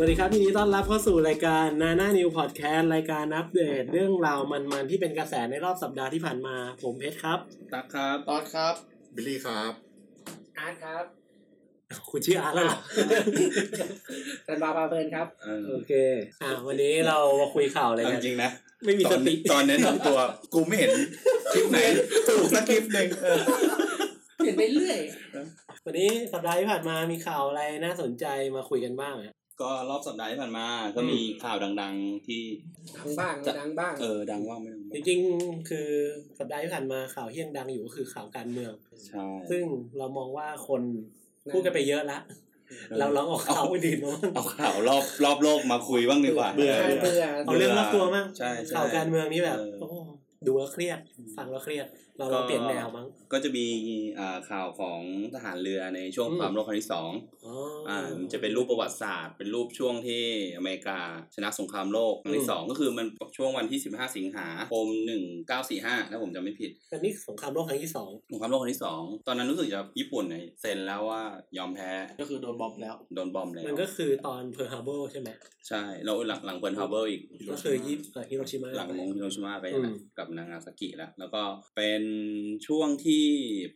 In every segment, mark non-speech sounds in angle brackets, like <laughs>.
วัสดีครับยินดีต้อนรับเข้าสู่รายการนาน่านิวพอดแคสต์รายการอัปเดตเรื่องราวมันๆที่เป็นกระแสในรอบสัปดาห์ที่ผ่านมา ผมเพชรครับ ตักครับ ตอดครับ บิลลี่ครับ อาร์ตครับ คุณชื่ออาร์ตแล้วเหรอ สันบาบาเพลินครับ เอ โอ อ เค อ่ะวันนี้เรามาคุยข่าวอะไร เอา กั จ น ริงๆนะ ไม่มี ต ส อน ติ ตอนแนะนำตัว กูไม่เห็นคลิปไหนถูกสักคลิปหนึ่งเออ เปลี่ยนไปเรื่อย วันนี้สัปดาห์ที่ผ่านมามีข่าวอะไรน่าสนใจมาคุยกันบ้างอะ <laughs> ก็รอบสัปดาห์ที่ผ่านมา ก็มีข่าวดัง ๆ ที่ ดังบ้าง จะ ไม่ดังบ้าง เออดังว่างไม่ดัง จ บ้าง ริงๆ คือสัปดาห์ที่ผ่านมาข่าวที่ยังดังอยู่ก็คือข่าวการเมือง ใช่ ซึ่งเรามองว่าคนพูดกันไปเยอะละ ออ เราลองเอาข่าวอื่นมาบ้าง เอาข่าวรอบรอบโลกมาคุยบ้างดีกว่า เบื่อ เบื่อ เอาเรื่องรอบตัวมั้ง ใช่ใช่ ข่าวการเมืองนี่แบบ เออ โอ้ดูแล้วเครียด ฟังแล้วเครียด เรา ก็ เราเปลี่ยนแนวมั้ง ก็จะมีอ่าข่าวของทหารเรือในช่วง อืม ความโลกครั้งที่สอง อ๋ออ อ่ามันจะเป็นรูปประวัติศาสตร์ เป็นรูปช่วงที่อเมริกาชนะสงครามโลกครั้ง อื ที่ ม สองก็คือมันช่วงวันที่ 15 สิงหาคม 1945ถ้าผมจำไม่ผิด อันนี้สงครามโลกครั้งที่สอง สงครามโลกครั้งที่สอง ตอนนั้นรู้สึกจะญี่ปุ่นเนี่ยเซ็นแล้วว่ายอมแพ้ ก็คือโดนบอมแล้ว โดนบอมแล้ว มันก็คือตอนเพิร์ฮาร์เบอร์ใช่ไหม ใช่เราหลังหลังเพิร์ลฮาร์เบอร์อีก ก็คือยิปฮิโรชิมา หลังมงฮิโรชิมาไป อืม กับนางาซากิแล้ว แล้วก็เป็นช่วงที่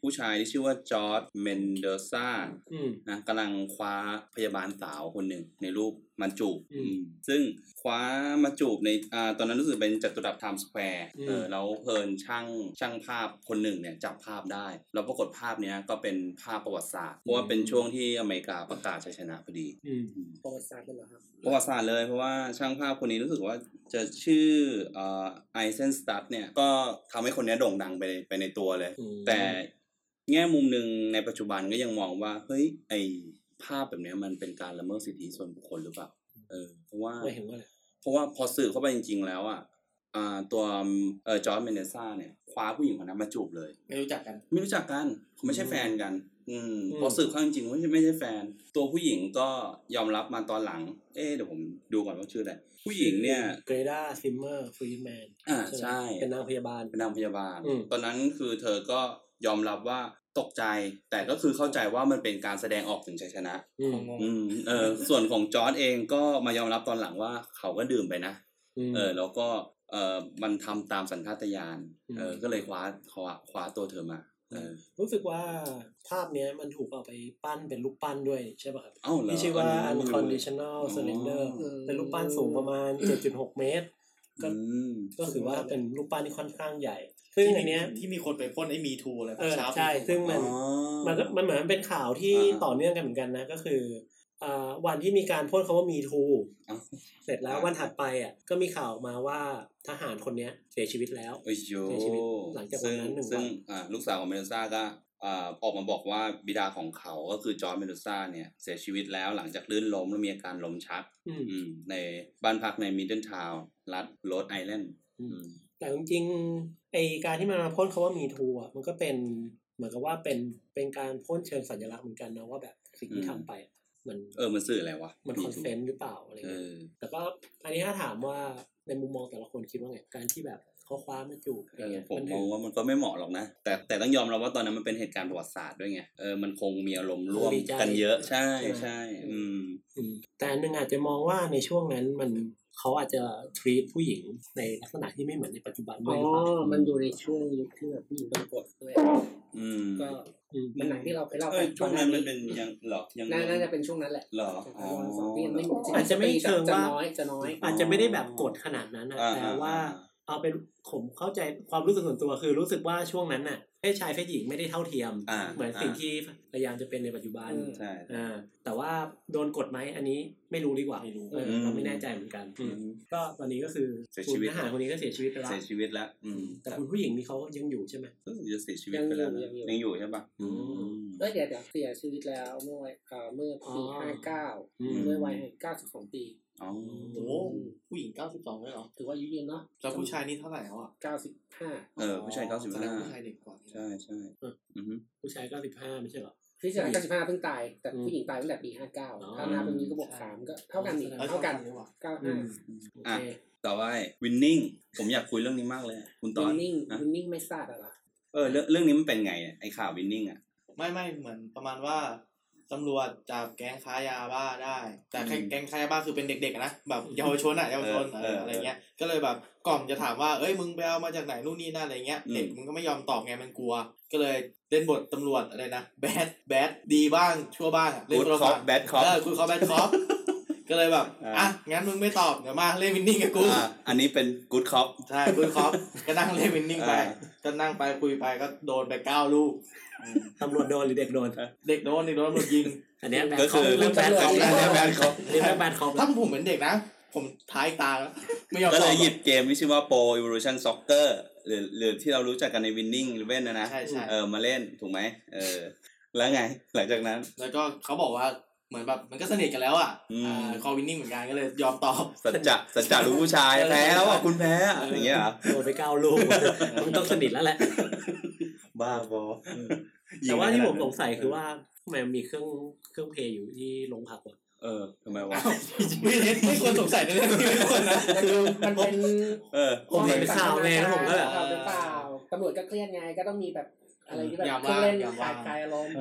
ผู้ชายที่ชื่อว่าจอร์ดเมนเดอซ่า อืม นะกำลังคว้าพยาบาลสาวคนหนึ่งในรูปมันจูบ อืม อืมซึ่งคว้ามาจูบในอ่าตอนนั้นรู้สึกเป็นจัตุรัสไทม์สแควร์ อืม เออแล้วเพลินช่างช่างภาพคนหนึ่งเนี่ยจับภาพได้ แล้วปรากฏภาพเนี้ยก็เป็นภาพประวัติศาสตร์ เพราะว่าเป็นช่วงที่อเมริกาประกาศชัยชนะพอดี อืม ประวัติศาสตร์เป็นเหรอครับ ประวัติศาสตร์เลยเพราะว่าช่างภาพคนนี้รู้สึกว่าจะชื่อเอ่อไอเซนสตัดเนี่ยก็ทำให้คนเนี้ยโด่งดังไปไปในตัวเลย อืม แต่แง่มุมหนึ่งในปัจจุบันก็ยังมองว่าเฮ้ยไอภาพแบบเนี้ยมันเป็นการละเมิดสิทธิส่วนบุคคลหรือเปล่าเออเพราะว่า ไม่เห็นว่าอะไร เพราะว่าพอสื่อเข้าไปจริง ๆ แล้วอ่ะอ่าตัวเออจอร์ดเมนเดซ่าเนี่ยคว้าผู้หญิงคนนั้นมาจูบเลย ไม่รู้จักกัน ไม่รู้จักกันเขาไม่ใช่แฟนกัน อืม อืม พอสืบข้างจริงว่าไม่ใช่แฟน ตัวผู้หญิงก็ยอมรับมาตอนหลัง เอ๊ะเดี๋ยวผมดูก่อนว่าชื่ออะไร ผู้หญิงเนี่ย เกรดาซิมเมอร์ฟรีแมน อ่าใช่ เป็นนางพยาบาล เป็นนางพยาบาล อืม ตอนนั้นคือเธอก็ยอมรับว่าตกใจ แต่ก็คือเข้าใจว่ามันเป็นการแสดงออกถึงชัยชนะ อืม งง อืมเออ ส่วนของจอร์ดเองก็มายอมรับตอนหลังว่าเขาก็ดื่มไปนะ ม เออแล้วก็เออมันทำตามสัญชาตญาณ อืม เออ ก็เลยคว้าคว้าคว้าตัวเธอมาเออ รู้สึกว่าภาพเนี้ยมันถูกเอาไปปั้นเป็นรูปปั้นด้วยใช่ป่ะครับ เอ้าเหรอ ที่ชื่อว่า นนี้ไม่รู้เลย unconditional อ๋อ surrender อืม เป็นรูปปั้นสูงประมาณ 7.6 เมตร ก็ อืม ก็คือว่าเป็นรูปปั้นที่ค่อนข้างใหญ่ ซึ่งอันเนี้ย ที่มีคนไปพ่นไอ้มีทูอะไร เออ ช้า ใช่ ซึ่งมัน อ๋อ มันก็มันเหมือนเป็นข่าวที่ อ่าๆ ต่อเนื่องกันเหมือนกันนะ ก็คืออ่าวันที่มีการพ่นคาว่ามีทู อ้าว เสร็จแล้ว อ่า วันถัดไปอ่ะก็มีข่าวออกมาว่าทหารคนเนี้ยเสียชีวิตแล้ว โอ้ยโย ในชีวิตหลังจากวันนั้นหนึ่ง ซึ่วังน อ่าลูกสาวของเมดูซ่าก็อ่าออกมาบอกว่าบิดาของเขาก็คือจอร์ดเมดูซ่าเนี่ยเสียชีวิตแล้วหลังจากลื่นล้มแล้วมีอาการล้มชัก อืม อืมในบ้านพักในมิดเดิลทาวน์รัฐโรดไอแลนด์ อืม แต่จริงๆไอการที่มันมาพ่นคาว่ามีทูอ่ะมันก็เป็นเหมือนกับว่าเป็นเป็นการพ่นเชิงสัญลักษณ์เหมือนกันนะว่าแบบสิ่งที่ทำไปอะมัน เออมันสื่ออะไรวะ มันคอนเซนต์หรือเปล่าอะไร เอ เงี้ย อ แต่ก็อันนี้ถ้าถามว่าในมุมมองแต่ละคนคิดว่าไงการที่แบบเขาคว้ามาจูบอะไร เออ เงี้ย ผม น มองว่ามันก็ไม่เหมาะหรอกนะ แต่แต่ต้องยอมรับว่าตอนนั้นมันเป็นเหตุการณ์ประวัติศาสตร์ด้วยไงเออมันคงมีอารมณ์ร่วมกันเยอะใช่ใช่อืม อืมแต่อันหนึ่งอาจจะมองว่าในช่วงนั้นมันเขาอาจจะทรีตผู้หญิงในลักษณะที่ไม่เหมือนในปัจจุบันด้ อ๋ ว อ ยหรือเปล่า มันอยู่ในช่วงยุคที่แบบผู้หญิงโดนกดด้วย อืม ก็ อืม มันหนังที่เราเคยเล่า เอ ไป อช่วงนั้นมันเป็นยังหรอยัง น่าน่าจะเป็นช่วงนั้นแหละ เหรอ แต่ว่าสองปียังไม่หมด อาจจะไม่เชิงว่า จะน้อยจะน้อย อาจจะไม่ได้แบบกดขนาดนั้นนะ อ่า แต่ว่า อ่า เอาเป็นผมเข้าใจความรู้สึกส่วนตัวคือรู้สึกว่าช่วงนั้นน่ะเพศชายเพศหญิงไม่ได้เท่าเทียม อ่า เหมือนสิ่งที่พยายามจะเป็นในปัจจุบัน ใช่ อ่าแต่ว่าโดนกดไหมอันนี้ไม่รู้ดีกว่าไม่รู้เราไม่แน่ใจเหมือนกัน อื อืม ม ก็ตอนนี้ก็คือ เสียชีวิต คุณทหารคนนี้ก็เสียชีวิตไปแล้ว เสียชีวิตแล้วอืม แต่คุณผู้หญิงนี่เขายังอยู่ใช่ไหม รู้สึกจะเสียชีวิตไปแล้วนะยังอยู่ใช่ปะ อืม เอ้ยเดี๋ยวเดี๋ยวเสียชีวิตแล้วเมื่อวันเอ่อเมื่อปี อ๋อ ห้าเก้า อืม ด้วยวัยเก้าสิบสองปี อ๋อ โอ้โหผู้หญิงเก้าสิบสองเลยเหรอ ถือว่าอายุยืนเนาะ แล้วผู้ชายนี่เท่าไหร่แล้วอ่ะ เก้าสิบห้า เออผู้ชายเก้าสิบ แสดง ห้า ผู้ชายเด็กกว่านี่นะ ใช่ใช่อืม ผู้ชายเก้าสิบห้าไม่ใช่เหรอ ผู้ชายเก้าสิบห้าเพิ่งตาย แต่ อืม ผู้หญิงตายตั้งแต่ปีห้าเก้า อ๋อ ถ้านับตรงนี้ก็บวกสามก็เท่ากันอีก อ้ย เท่ากัน ดีว่ะ เก้า อื ห้าม โอเค ต่อไปวินนิ่งผมอยากคุยเรื่องนี้มากเลยคุณตอ วิ น นนิ่งวินนิ่งไม่ทราบอะไร เออเรื่องเรื่องนี้มันเป็นไงไอข่าววินนิ่งอ่ะ ไม่ไม่เหมือนประมาณว่า ตำรวจจับแก๊งค้ายาบ้าได้ แต่แค่ อืม แก๊งค้ายาบ้าคือเป็นเด็กๆอะนะแบบเยาวชนอะเยาวชน เออเออ อะไรเงี้ยก็เลยแบบกล่อมจะถามว่าเอ้ยมึงไปเอามาจากไหนนู่นนี่นั่นอะไรเงี้ย อืม เด็กมันก็ไม่ยอมตอบไงมันกลัว ก็เลยเล่นบทตำรวจอะไรนะแบดแบดดีบ้างชั่วบ้างอะเล่น กู๊ด คนละ คอ ฝั่ ป ง แบดคอป เออกูเขาแบนคอป ก็เลยแบบ อ่า อ่ะ งั้นมึงไม่ตอบ เดี๋ยวมาเล่นวินนิ่งกับกู อันนี้เป็นกู๊ดคอป ใช่กูคอป ก็นั่งเล่นวินนิ่งไป อ่า ก็นั่งไปคุยไปก็โดนไปเก้าลูก ตำรวจโดนหรือเด็กโดน เด็กโดนเด็กโดนหมดยิง อันเนี้ยแบด ก็ คอ คื ป อ เรื่องแบดคอป แบ แล้ว ดแบดคอป เรื่องแบดคอปแล้ ถ้าว ผมเป็นเด็กนะ ผมท้ายตาแล้วไม่ยอม ก็ ต เล อบ ยหยิบเกมที่ชื่อว่า Pro Evolution Soccer หรือหรือที่เรารู้จักกันใน Winning Eleven นะนะ ใช่ใช่ เออมาเล่นถูกไหมเออ แล้วไง หลังจากนั้น แล้วก็เขาบอกว่า เหมือนแบบมันก็สนิทกันแล้วอ่ะ อืม อ่าคอวินนิ่งเหมือนกันก็เลยยอมตอบ สัจจะสัจจะรู้ผู้ชาย เออ แพ้แล้วอ่ะคุณแพ้อะ เออ อ อ ย่างเงี้ยเหรอ โดนไปเก้าลูก <laughs> มันต้องสนิทแล้วแหละ <laughs> บ้าบอ แต่ว่าที่ผมสงสัยคือว่าทำไมมันมีเครื่องเครื่องเพลย์อยู่ที่โรงพั <laughs> กวะ เออทำไมวะ ไม่เล่นไม่ควรสงสัยในเรื่องนี้ไม่ควรนะ คือมันเป็น เออ ผมเห็นข่าวไงแล้วผมก็แบบ ข่าวหรือเปล่าตำรวจก็เครียดไงก็ต้องมีแบบอะไรที่แบบ อย่า เค ว่า รื่องเล่น อย่าว่า ขายคลายอารมณ์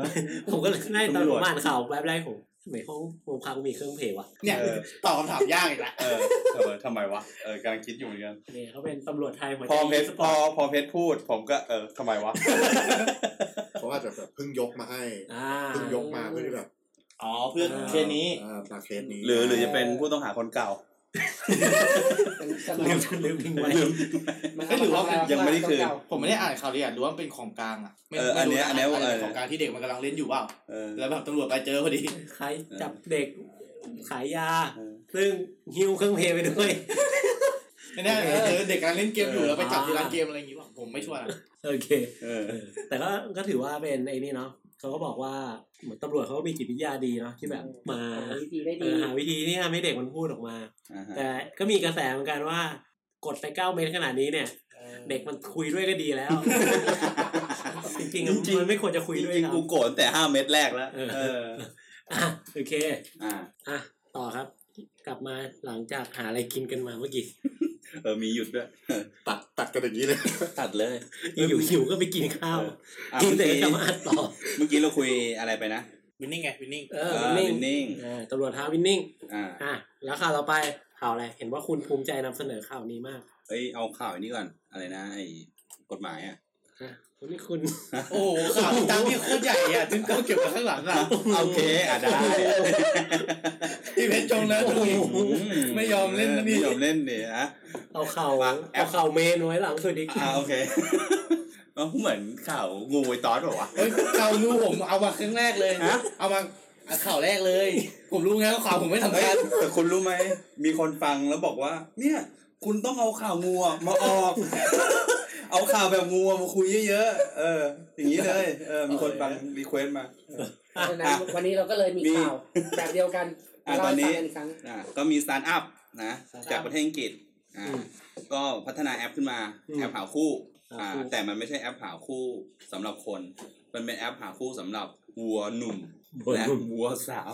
ผมก็เลยได้ตอน ตำร ผ วจ มอ่านข่าวแวบแรกผมทำไมห้องโรงพักมีเครื่องเพลย์วะ เนี่ย เออ ตอบคำถามยากอีกละ เออเออทำไมวะเออกำลังคิดอยู่เหมือนกัน เนี่ยเขาเป็นตำรวจไทยหัว พ ใจ อเพชร ส พ ปอ อ ร์ต พอเพชรพูด ผมก็เออทำไมวะ เขาอาจจะแบบเพิ่งยกมาให้ อ่า เพิ่งยกมาเพื่อที่แบบ อ๋อเพื่อน อ่า เคสนี้ อ่ามาเคสนี้ หรือหรือจะเป็นผู้ต้องหาคนเก่า เป็นสม ลื อ มลืงมทิ้งไว้ ลืม มัน เอ้ยหรือว่า เ ยังไม่ได้คืน ผมไม่ได้อ่านข่าวละเอียดรู้ว่ามันเป็นของกลางอ่ะไม่ เอออันเนี้ย ไม่ อันเนี้ย รู้ะาจเอจะอ เป็นของกลางที่เด็กมันกำลังเล่นอยู่เปล่า เออ แล้วแบบตำรวจไปเจอพอ <laughs> ดี ขายจับเด็กขายยา ซึ่งหิ้วเครื่องเพลย์ไปด้วย <laughs> ไม่แน่ เออ เออเด็กกำลังเล่นเกมอยู่แล้วไปจับที่ร้านเกมอะไรอย่างงี้ป่ะผมไม่ช่วยนะ โอเค เออ แต่ก็ก็ถือว่าเป็นไอ้นี่เนาะเขาก็บอกว่าเหมือนตำรวจเขาก็มีจิตวิทยาดีเนาะที่แบบมา หาวิธีได้ เอ ดี อหาวิธีที่ทำให้เด็กมันพูดออกมา อ่าฮะ แต่ก็มีกระแสเหมือนกันว่ากดไปเก้าเมตรขนาดนี้เนี่ย เด็กมันคุยด้วยก็ดีแล้ว จริงๆอะ จริงๆ มันไม่ควรจะคุย จ ด้วย ริง ครั ๆ บ กูโกรธตั้งแต่ห้าเม็ดแรกแล้ว เออ เออ อ่ะโอเค อ่า อ่ะต่อครับ กลับมาหลังจากหาอะไรกินกันมาเมื่อกี้ เออมีหยุด <laughs> ด้วย ตัดตัดกันอย่างนี้เลย ตัดเลย อยู่หิวก็ไปกินข้าว อ่ะ กิน เมื่อ เสร็จ กี้ ก็จะมาอัดต่อ เมื่อกี้เราคุยอะไรไปนะ วินนิ่งไงวินนิ่ง เอ เอ อ อ วินนิ่ง วินนิ่ง เออตำรวจท้าวินนิ่ง อ่า อ่ะแล้วข่าวต่อไปข่าวอะไรเห็นว่าคุณภูมิใจนำเสนอข่าวนี้มาก เอ้ยเอาข่าวอันนี้ก่อนอะไรนะไอ้กฎหมายอ่ะ ฮะวันนี้คุณ <laughs> โอ้โหข่าวตังที่โคตรใหญ่อ่ะถึงต้องเก็บมาข้างหลังอ่ะ โอเคอ่ะได้ พี่เพชรจงแล้วตรงนี้ ไม่ยอมเล่นนะนี่ ไม่ยอมเล่นนี่นะ เอาข่าว มา เอาข่าวเมนไว้หลังสุดอีก อ่าโอเค <laughs> เอ้าเหมือนข่าวงูไอตอสเหรอวะ เฮ้ยข่าวรู้ผมเอามาครั้งแรกเลย ฮะ เอามาข่าวแรกเลย ผมรู้ไงว่าข่าวผมไม่สำ เฮ้ย คัญ แต่คุณรู้ไหม มีคนฟังแล้วบอกว่า เนี่ย คุณต้องเอาข่าวงูอะมาออก เอาข่าวแบบงูอะมาคุยเยอะๆ เออ อย่างนี้เลย เออ มีคนฟังรีเควสต์มา เพราะฉะนั้นวันนี้เราก็เลยมี มี ข่าวแบบเดียวกัน อ่ะ เรา ตอนนี้ ให้ฟังกัอีกครั้ง อ่ะก็มีสตาร์ทอัพนะ จากประเทศอังกฤษ อ่า ก็พัฒนาแอปขึ้นมา แอปหาคู่ อ่า แต่มันไม่ใช่แอปหาคู่สำหรับคน มันเป็นแอปหาคู่สำหรับวัวหนุ่ม และวัวสาว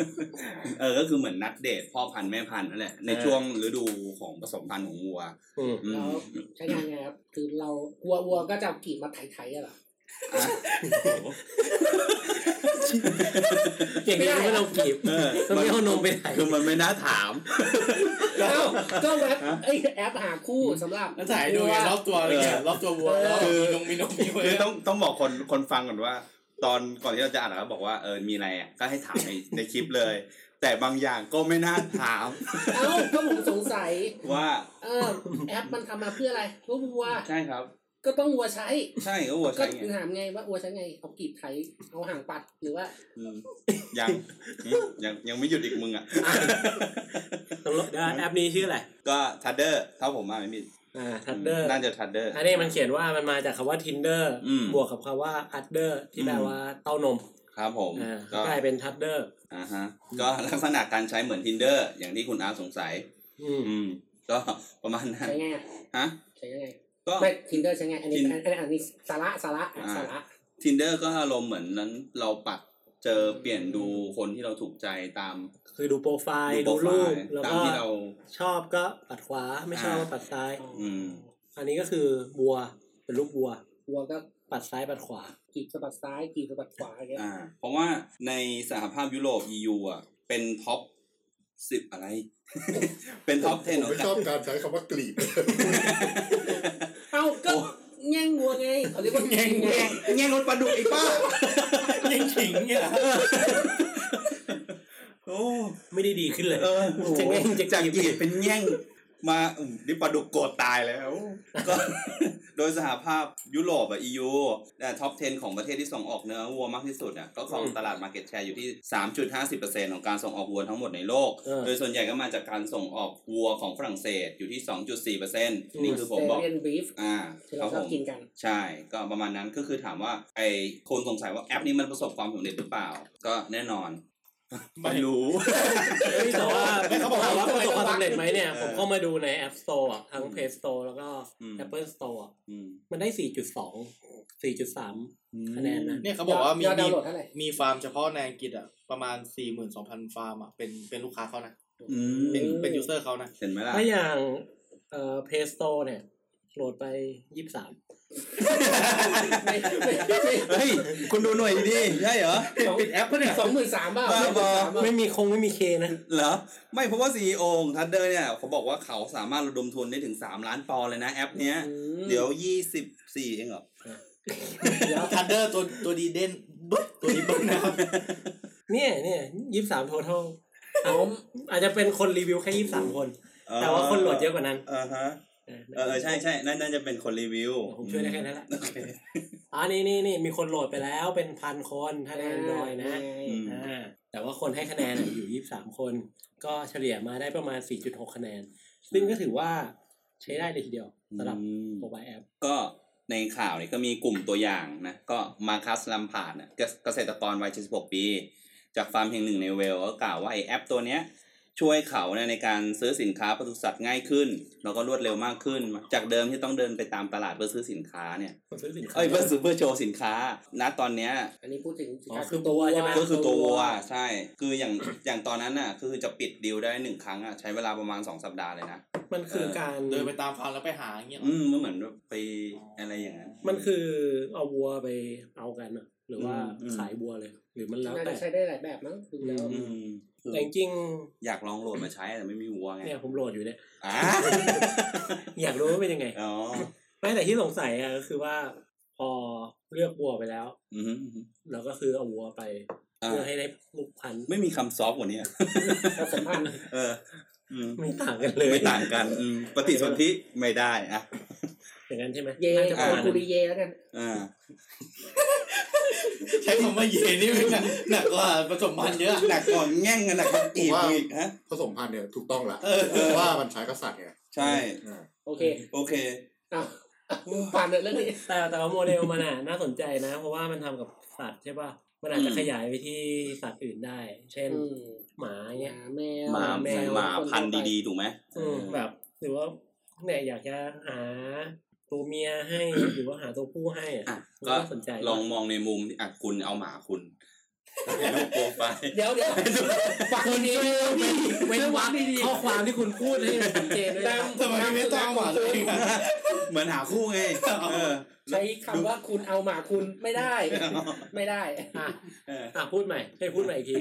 <laughs> เออ ก็คือเหมือนนัดเดทพ่อพันธุ์แม่พันธุ์นั่นแหละ ในช่วงฤดูของผสมพันธุ์ของวัว อืม อื แล้ ม วใช้งานไงครับ คือเราวัววัวก็จะเอากรีบมาไถไถๆอะเหรอ อ่ะ อย่างนี้มันก็เรากี <laughs> บ เออ มันไม่เอานมไป <laughs> ไหน คือมันไม่น่าถาม เอ้าก็แอปไอยแอปหาคู่สำหรับ แล้วถ่ายดูไงรอบตัวอะไรเงี้ยรอบตัววัวรอบมีนมมีนมมีเว้ย คือต้องต้องบอกคนคนฟังก่อนว่า ตอนก่อนที่เราจะอ่านเราบอกว่าเออมีอะไรอ่ะก็ให้ถามในในคลิปเลย แต่บางอย่างก็ไม่น่าถาม <laughs> เอ้าก็ผมสงสัย ว่า เออแอปมันทำมาเพื่ออะไรเพื่อวัว ใช่ครับ ก็ต้องวัวใช้ ใช่ก็วัว ก็ ใช่ไง ถามไงว่าวัวใช้ไงเอากรีบไถเอาหางปัดหรือว่า อืมยังอืมยังยังไม่หยุดอีกมึงอ่ะ <laughs> ตำรวจเดี๋ยวแอปนี้ชื่ออะไร ก็ทัดเดอร์ถ้าผมอ่านไม่ผิด อ่าทัดเดอร์ น่าจะทัดเดอร์ อันนี้มันเขียนว่ามันมาจากคำว่า tinder อืม บวกกับคำว่า udder ที่แปล อืม ว่าเต้านม ครับผม อ่า ก็ กลายเป็น tudder อ่าฮะก็ลักษณะการใช้เหมือน tinder อย่างที่คุณอาร์ตสงสัย อืม อืม ก็ประมาณนั้น ใช้ไงอะ ฮะ ใช้ไง ก็ ไม่ทินเดอร์ใช้ไงอันนี้ Tin- อันนี้อันนี้สาระสาระอ่ะ อ่า สาระ Tinder ก็อารมณ์เหมือนนั้นเราปัดเจอเปลี่ยนดูคนที่เราถูกใจตาม คือดูโปรไฟล์ ดู ดู โปร รู ไฟ ป ล์ แล้ว ตาม ก็ ที่เรา ชอบก็ปัดขวาไม่ชอบ อ่า ก็ปัดซ้าย อืม อันนี้ก็คือบัวเป็นลูกบัว วัวก็ ปัดซ้ายปัดขวา กีบสะบัดซ้ายกีบสะบัดขวาอย่างเงี้ย อ่า เพราะว่าในสหภาพยุโรป EU อ่ะ เป็นท็อปสิบอะไร <laughs> เป็นท็อป 10 ผม ของ ไม่ชอบ <laughs> การใช้คำว่ากรีด เอ้าก็แง่งวัวไงเขาเรียกว่าแง่งวัว แง่งรถปลาดุกไอ้ป้า ยังขิงเนี่ยเหรอ โอ้ ไม่ได้ดีขึ้นเลย เออ จะแง่งจะ จาก กีบ กีดเป็นแง่งมาอืมนี่ปลาดุกโกรธตายแล้วก็ <laughs> โดยสหภาพยุโรปอ่ะ EU แต่ท็อป 10 ของประเทศที่ส่งออกเนื้อวัวมากที่สุดอ่ะก็ครอง อืม ตลาด Market Share อยู่ที่ 3.50%ของการส่งออกวัวทั้งหมดในโลก เออ โดยส่วนใหญ่ก็มาจากการส่งออกวัวของฝรั่งเศสอยู่ที่ 2.4%นี่คือผมบอก เรียนบีฟ อ่า ที่ ครั เรา บ ช ผ อบ ม กินกัน ใช่ก็ประมาณนั้นก็คือถามว่าไอ้คนสงสัยว่าแอปนี้มันประสบความสำเร็จหรือเปล่า ก็แน่นอน ไม่ <laughs> รู้ เอ้ยแต่ว่า เขาบอก ถามว่า ว่า ประสบความสำเร็จไหมเนี่ย เออ ผมก็มาดูใน App Store อะทั้ง อืม Play Store แล้วก็ อืม Apple Store อะ อืม มันได้ 4.2 4.3 คะแนนนะ เนี่ยเขาบอกว่ามี ยอดดาว มี น์โหลดเท่าไหร่ มีฟาร์มเฉพาะในอังกฤษอ่ะประมาณสี่หมื่นสองพันฟาร์มอ่ะเป็นเป็นลูกค้าเขานะ อืม เป็นเป็นยูเซอร์เขานะ เห็นไหมล่ะ ถ้าอย่างเอ่อ Play Store เนี่ย โหลดไป 23 ไม่ไม่ไม่ เฮ้ย คุณดูหน่วยดิใช่เหรอ ปิดแอปเพื่อนสองหมื่นสามบ้า บ้าบอ ไม่มีคงไม่มีเคนะ เหรอ ไม่เพราะว่าซีอของทัดเดอร์เนี่ย เขาบอกว่าเขาสามารถระดมทุนได้ถึง 3 ล้านปอนด์เลยนะแอปเนี้ย เดี๋ยว 24 เองเหรอ แล้วทันเดอร์ตัวตัวดีเด่นบึ๊บ <laughs> ตัวดีเบิ้ลนะครับ เนี่ยเนี่ย23 total ผมอาจจะเป็นคนรีวิวแค่ 23 คน เออ แต่ว่าคนโหลดเยอะกว่านั้น อ่าฮะ เออ เออใช่ใช่นั่นน่าจะเป็นคนรีวิว ผมช่วยได้แค่นั้นแหละ โอเค อ่านี่นี่นี่มีคนโหลดไปแล้วเป็นพันคนถ้าได้ Android นะ อืม อ่าแต่ว่าคนให้คะแนนอะอยู่ 23 คน ก็เฉลี่ยมาได้ประมาณ 4.6 คะแนน ซึ่งก็ถือว่าใช้ได้เลยทีเดียวสำหรับ อืม โมบายแอป ก็ในข่าวเนี่ยก็มีกลุ่มตัวอย่างนะ ก็มาคัสลัมพาร์ดเนี่ยเกษเกษตรกรวัย 76 ปี จากฟาร์มแห่งหนึ่งในเวลส์ก็กล่าวว่าไอแอปตัวเนี้ยช่วยเขาเนี่ยในการซื้อสินค้าปศุสัตว์ง่ายขึ้น แล้วก็รวดเร็วมากขึ้น จากเดิมที่ต้องเดินไปตามตลาดเพื่อซื้อสินค้าเนี่ย คนซื้อสินค้า เอ้ยเพื่อซื้อเพื่อโชว์สินค้าณตอนเนี้ย อันนี้พูดถึง อ๋อคือตัวใช่ไหม ก็คือตัววัวใช่ คืออย่างอย่างตอนนั้นน่ะคือจะปิดดีลได้หนึ่งครั้งอ่ะใช้เวลาประมาณสองสัปดาห์เลยนะ มันคือการ เดินไปตามฟาร์มแล้วไปหาอย่างเงี้ยเหรอ อืมมันเหมือนแบบไปอะไรอย่างนั้น มันคือเอาวัวไปเอากันอะหรือว่า อืม ขายวัวเลย หรือมันแล้ว น่า แต่ จะใช้ได้หลายแบบมั้งดูแล้ว อืมคือ แต่จริง อยากลองโหลดมาใช้แต่ไม่มีวัว ๆ ไง เนี่ยผมโหลดอยู่เนี่ย อ่า อยากรู้ว่าเป็นยังไง อ๋อ ไม่แต่ที่สงสัยอะก็คือว่า พอเลือกวัวไปแล้ว อืม เราก็คือเอาวัวไป อ่า เพื่อให้ได้ลูกพันธุ์ ไม่มีคำซอฟต์กว่านี้อะ ผสมพันธุ์ เออ อืม ไม่ต่างกันเลย ไม่ต่างกันอืมปฏิสนธิไม่ได้อ่ะ อย่างนั้นใช่ไหม เย น่าจะป เอา ระมาณ คู นั้น ริเยแล้วกัน อ่า ใช้คำว่าเยนี่มันหนักหนักกว่าผสมพันธุ์เยอะ หนักก่อนแง่งกันหนักกว่าอีก ว่า อีกฮะ ผสมพันธุ์เนี่ยถูกต้องละ เออ เพราะว่ามันใช้กษัตริย์ไง ใช่ อ่า โอเค โอเค เอา <laughs> ผ่านเลยเรื่องนี้ แต่แต่ว่าโมเดลมันอ่ะ น่าสนใจนะ เพราะว่ามันทำกับสัตว์ใช่ป่ะ มันอาจจะขยายไปที่สัตว์อื่นได้ เช่น อืม หมา ห เงี้ย มาแมว หมา แมว หมาพันธุ์ดีๆ ถูกไหม อืมแบบหรือว่าเนี่ยอยากจะหาตัวเมียให้ <coughs> หรือว่าหาตัวผู้ให้อะ อ่ะ มัน ก็ น่าสนใจ ลองมองในมุมที่อ่ะคุณเอาหมาคุณ <laughs> เป็นรูปโปรไฟล์ เดี๋ยวเดี๋ยวฝากคนนี้ เป็นเว้นวรรคข้อความที่คุณพูดให้มันชัดเจนด้วย ตา นะ ม ทำไมไม่ตั้งหวานเลยอะ เหมือนหาคู่ไง เออ <laughs> ใช้คำว่าคุณเอาหมาคุณไม่ได้ <laughs> ไม่ได้ อ่ะ เออ อ่ะพูดใหม่ให้พูดใหม่อีกที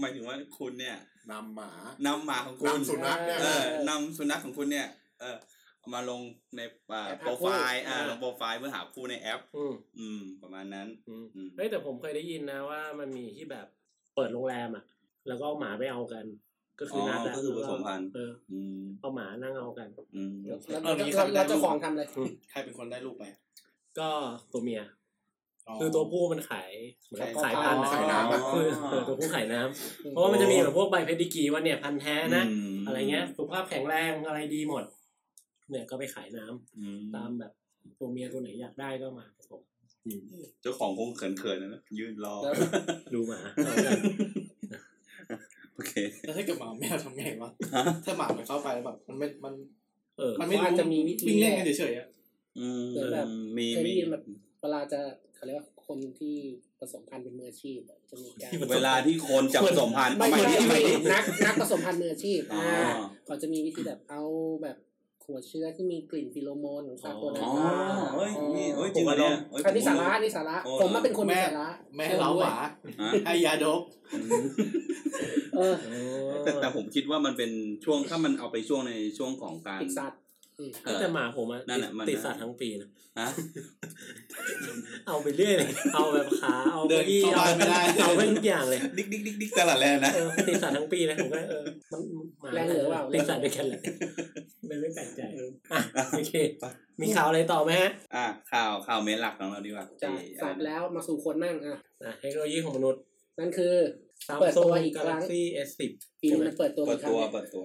หมายถึงว่าคุณเนี่ย นำหมาน ำหมาของคุณ นำสุนัขเนี่ย เออนำสุนัขของคุณเนี่ย เออเอามาลงในอ่า แอป โป หารไฟคู่ล์อ่าลงโปรไฟล์เพื่อหาคู่ในแอป อืม อืม ประมาณนั้น อืม อืม เฮ้ยแต่ผมเคยได้ยินนะว่ามันมีที่แบบเปิดโรงแรมอ่ะ แล้วก็เอาหมาไปเอากัน ก็คืออ อ นัดอะ ก็คือผสมพันธุ์ เออ อืม เอาหมานั่งเอากัน อืม แล้วแล้วเราจะของทำอะไร ใครเป็นคนได้ลูกไป ก็ตัวเมีย คือตัวผู้มันขายเหมือนกับขายพันธุ์อะ ขายน้ำอะ คือเออตัวผู้ขายน้ำเพราะว่ามันจะมีแบบพวกใบเพดิกรีว่าเนี่ยพันธุ์แท้นะ ม อะไรเงี้ยสุขภาพแข็งแรงอะไรดีหมด เนี่ยก็ไปขายน้ำ อืม ตามแบบตัวเมียตัวไหนอยากได้ก็มาผสม เจ้าของคงเขินๆนะนะยืนรอ แล้ว ดูหมาเอากัน โอเค <laughs> แล้วถ้าเกิดหมาแมวทำไงวะ ฮะ ถ้าหมามันเข้าไปแล้วแบบมันไม่มัน เออ มันไม่รู้ อาจจะมีวิธี วิ่งเล่นกันเฉยๆอะ อืม เหมือนแบบ มี เคยได้ มี ยินแบบ เวลาจะเขาเรียกว่าคนที่ผสมพันธุ์เป็นมืออาชีพอะจะมีการ เวลาที่คนจะผสมพันธุ์ ไม่ เอา ใช่ ใหม่ดิเอาใหม่ไม่ดิ นักนักผสมพันธุ์มืออาชีพ อ๋ออ่ าเขาจะมีวิธีแบบเอาแบบ ขวดเชื้อที่มีกลิ่นฟิโลโมนของสัตว์ตัวนั้น อ๋อเอ้ยนี่เอ้ยจ ผ ริง ม เหรอ ล เนี่ ง ยเอ้ย อันนี้ ผ สาม ระ รู้ อันนี่สาระ โอ้ ผมมาเป็นคนมีสาระ แม่เล้าหมา อ่ะ ให้ยาดก เออ แต่แต่ผมคิดว่า <laughs> มันเป็นช่วงถ้ามันเอาไปช่วงในช่วงของการ ติดสัตว์อืม เออ แต่หมาผมอะ นั่นแหละมัน ติดสัตว์ทั้งปีนะ ฮะ เอาไปเรื่อยเลยเอาแบบขาเอา เดิน เก้าอี้ เข้า เอา บ้านไม่ได้ เอาไปทุกอย่างเลย ดิ๊กดิ๊กดิ๊กดิ๊กตลาดแลนนะ เออติดสัตว์ทั้งปีเลยผมก็เออมันมา แรงเหลือเปล่า ติดสัตว์ด้วยกันเลยเลยไม่แปลกใจอ่ะโอเค มีข่าวอะไรต่อไหมฮะ อ่ะข่าวข่าวเมนหลักของเราดีกว่า จากสัตว์แล้วมาสู่คนมั่งอ่ะ อ่ะเทคโนโลยีของมนุษย์ นั่นคือ Samsung เปิดตัวอีกครั้ง Galaxy S10 ปีนี้มันเปิดตัว เปิ อี ด กครั้ ตัว ง เปิดตัว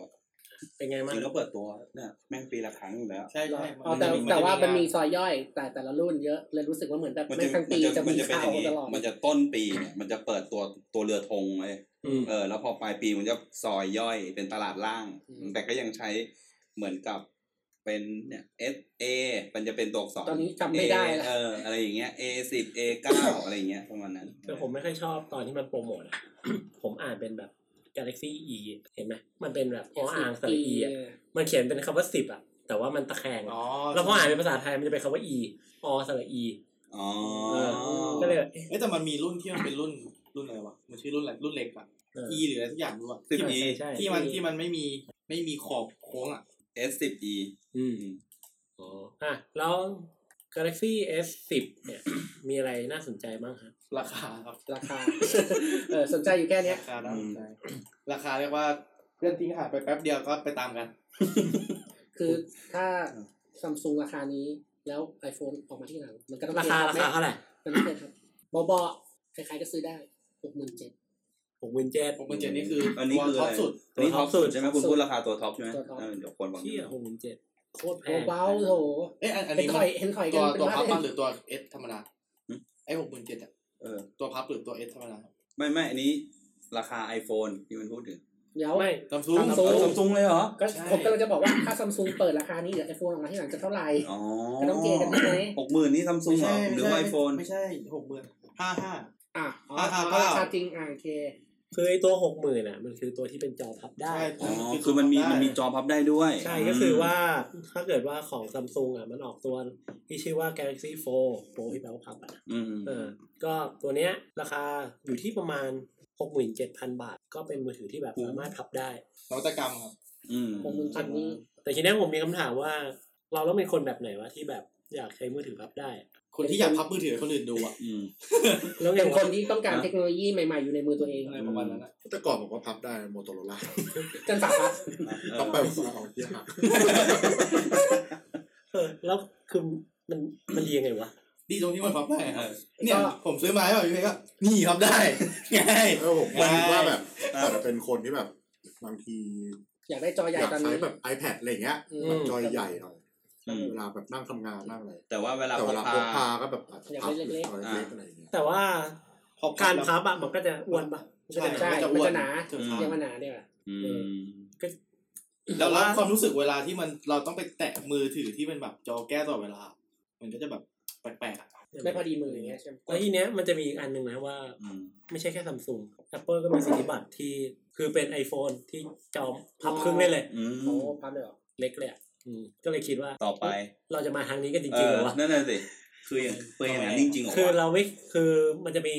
เป็นไง จ บ้าง ริงก็เปิดตัวเนี่ยแม่งปีละครั้งอยู่แล้ว ใช่ใช่ อ๋อแต่แต่ว่ามันมีซอยย่อย แต่แต่ละรุ่นเยอะเลยรู้สึกว่าเหมือนแบบ มัน ไม่ จะ ทั้ง มั ปี นจะ จะ มัน มี จะเป็นอข่าว ย่างนี้ ตลอด มันจะต้นปีเนี่ยมันจะเปิดตัวตัวเรือธงเลย อืม เออ แล้วพอปลายปีมันจะซอยย่อยเป็นตลาดล่าง แต่ก็ยังใช้เหมือนกับเป็นเนี่ย S A มันจะเป็นตัวอักษร ตอนนี้จำไม่ได้ A แล้ว เอออะไรอย่างเงี้ย A สิบ A เก้าอะไรอย่างเงี้ยประมาณนั้น แต่ผมไม่ค่อยชอบตอนที่มันโปรโมทอะ <coughs> ผมอ่านเป็นแบบ Galaxy E เห็นไหมมันเป็นแบบออ่างสระอีอะ มันเขียนเป็นคำว่าสิบอ่ะ แต่ว่ามันตะแคงอะ อ๋อ แล้วพออ่านเป็นภาษาไทยมันจะเป็นคำว่าอีอสระอี อ๋อ ก็เลยแบบเอ๊ะ เอ้ยแต่มันมีรุ่นที่มันเป็นรุ่นรุ่นอะไรวะมันชื่อรุ่นอะไรรุ่นเล็กอะ เออ E หรืออะไรสักอย่างรู้อะ สิบ ที่มัน E ใช่ ที่มัน ใช่ ที่มันไม่มีไม่มีขอบโค้งอะ S สิบ E อืมอ๋ออ่ะแล้ว Galaxy S สิบเนี่ย <coughs> มีอะไรน่าสนใจบ้างฮะ ราคาครับ รา <laughs> คาเออสนใจอยู่แค่เนี้ย ราคาน่าสนใจราคาเรียกว่าเพื่อนทิ้งห่างไปแป๊บเดียวก็ไปตามกัน คือถ้าซัมซุงราคานี้แล้ว iPhone ออกมาที่หลังมันก็ต้อง ราคาราคาเท่าไหร่ มันไม่เกินครับเบาๆใครๆก็ซื้อได้หกหมื่นเจ็ด หกหมื่นเจ็ด ผมเป็นเจนนี่คือ อันนี้คือ ตัวท็อป อะไร สุด อันนี้ท็อปสุดใช่ไหมคุณ สุด พูดราคาตัวท็อปใช่ไหม ตัวท็อป เออเดี๋ยวคนบอก เที่ยหกหมื่นเจ็ดโคตรแพง เบาๆโถ เอ้ยอันอัน เห็น นี้ ถ มัน อยเห็นถอยกั ตัวตัวนเป็นว่า พับ เห็ ปะ น หรือตัวเอสธรรมดา หึ ไอ้หกหมื่นเจ็ดอะ เออ ตัวพับหรือตัวเอสธรรมดาครับ ไม่ไม่อันนี้ราคา iPhone ที่มันพูดถึง เดี๋ยว ไม่ ซัมซุง Samsung ซัมซุงเลยเหรอ ก็ ใช่ ผมกำลังจะบอกว่าถ้าซัมซุงเปิดราคานี้เดี๋ยว iPhone ออกมาที่หลังจะเท่าไหร่ อ๋อ ก็ต้องเกย์กันใช่ไหม หกหมื่นนี่ซัมซุงเหรอหรือไอโฟน ไม่ใช่หกหมื่นห้าห้า อ่ะอ๋อ อ่ะอ่ะ เอาราคา เปล่า จริงอ่ะโอเค คือไอตัวหกหมื่นอ่ะ มันคือตัวที่เป็นจอพับได้ อ๋อคือมันมีมันมีจอพับได้ด้วย ใช่ก็คือว่าถ้าเกิดว่าของซัมซุงอ่ะ มันออกตัวที่ชื่อว่า Galaxy 4 Pro ที่แปลว่าพับอ่ะ อืม เออก็ตัวเนี้ยราคาอยู่ที่ประมาณ 67,000 บาท ก็เป็นมือถือที่แบบสามารถพับได้ นวัตกรรมครับ อืม หกหมื่นเจ็ดนี้ แต่ทีเนี้ยผมมีคำถามว่า เราต้องเป็นคนแบบไหนวะที่แบบอยากใช้มือถือพับได้ คนที่อยากพับมือถือให้คนอื่นดูอะ อืม แล้วไง เป็น วะ คนที่ต้องการเทคโนโลยีใหม่ ๆ อยู่ในมือตัวเอง อะไรประมาณนั้นอะ แต่ก่อนผมก็พับได้โมโตโรล่า จนสาพับ ต้องไปผมเอาเที่ยหัก เออแล้วคือมันมันดียังไงวะ ดีตรงที่มันพับได้ครับ เออ เนี่ยผมซื้อมาให้แบบพี่เมย์ก็นี่พับได้ <laughs> ง่าย เออผม ได้ คิดว่าแบบอาจจะเป็นคนที่แบบ บางที อยากได้จอใหญ่ อยาก ตอน ใช้ นี้ แบบ iPad อะไรอย่างเงี้ย อืม แบบจอใหญ่หน่อย อืม เวลาแบบนั่งทำงานนั่งอะไร แต่ว่าเวลา แต่ พ เว ก ลา พา พกพาก็แบบอาจจะ อยาก พับ ได้ หรือ เล็กๆ จอยเล็กอะไรอย่างเงี้ย แต่ว่า พอ การพับอะมันก็จะอ้วนปะ ใช่ ใช่ มันจะ มัน อ้วน จะหนา ถูก เรี ต้อง ยกว่าหนาเนี่ยว่ะ อืม ก็ แล้วแล้วความรู้สึกเวลาที่มันเราต้องไปแตะมือถือที่เป็นแบบจอแก้วตลอดเวลา มันก็จะแบบแปลกๆอะ ไม่พอดีมืออย่างเงี้ยใช่ไหม แล้วทีเนี้ยมันจะมีอีกอันหนึ่งนะว่า อืม ไม่ใช่แค่ซัมซุง Apple ก็มีสิทธิบัตรที่คือเป็น iPhone ที่จอพับครึ่งได้เลย อื โอ้ ม พับเลยเหรอ เล็กเลยอะอืมก็เลยคิดว่า ต่อไป เราจะมาทางนี้กันจ เอ ริงๆ อ เหรอวะ นั่นน่ะสิคืออย่างคืออย่างนั้นจริงๆเหรอ คือ วะ เราไม่คือมันจะมี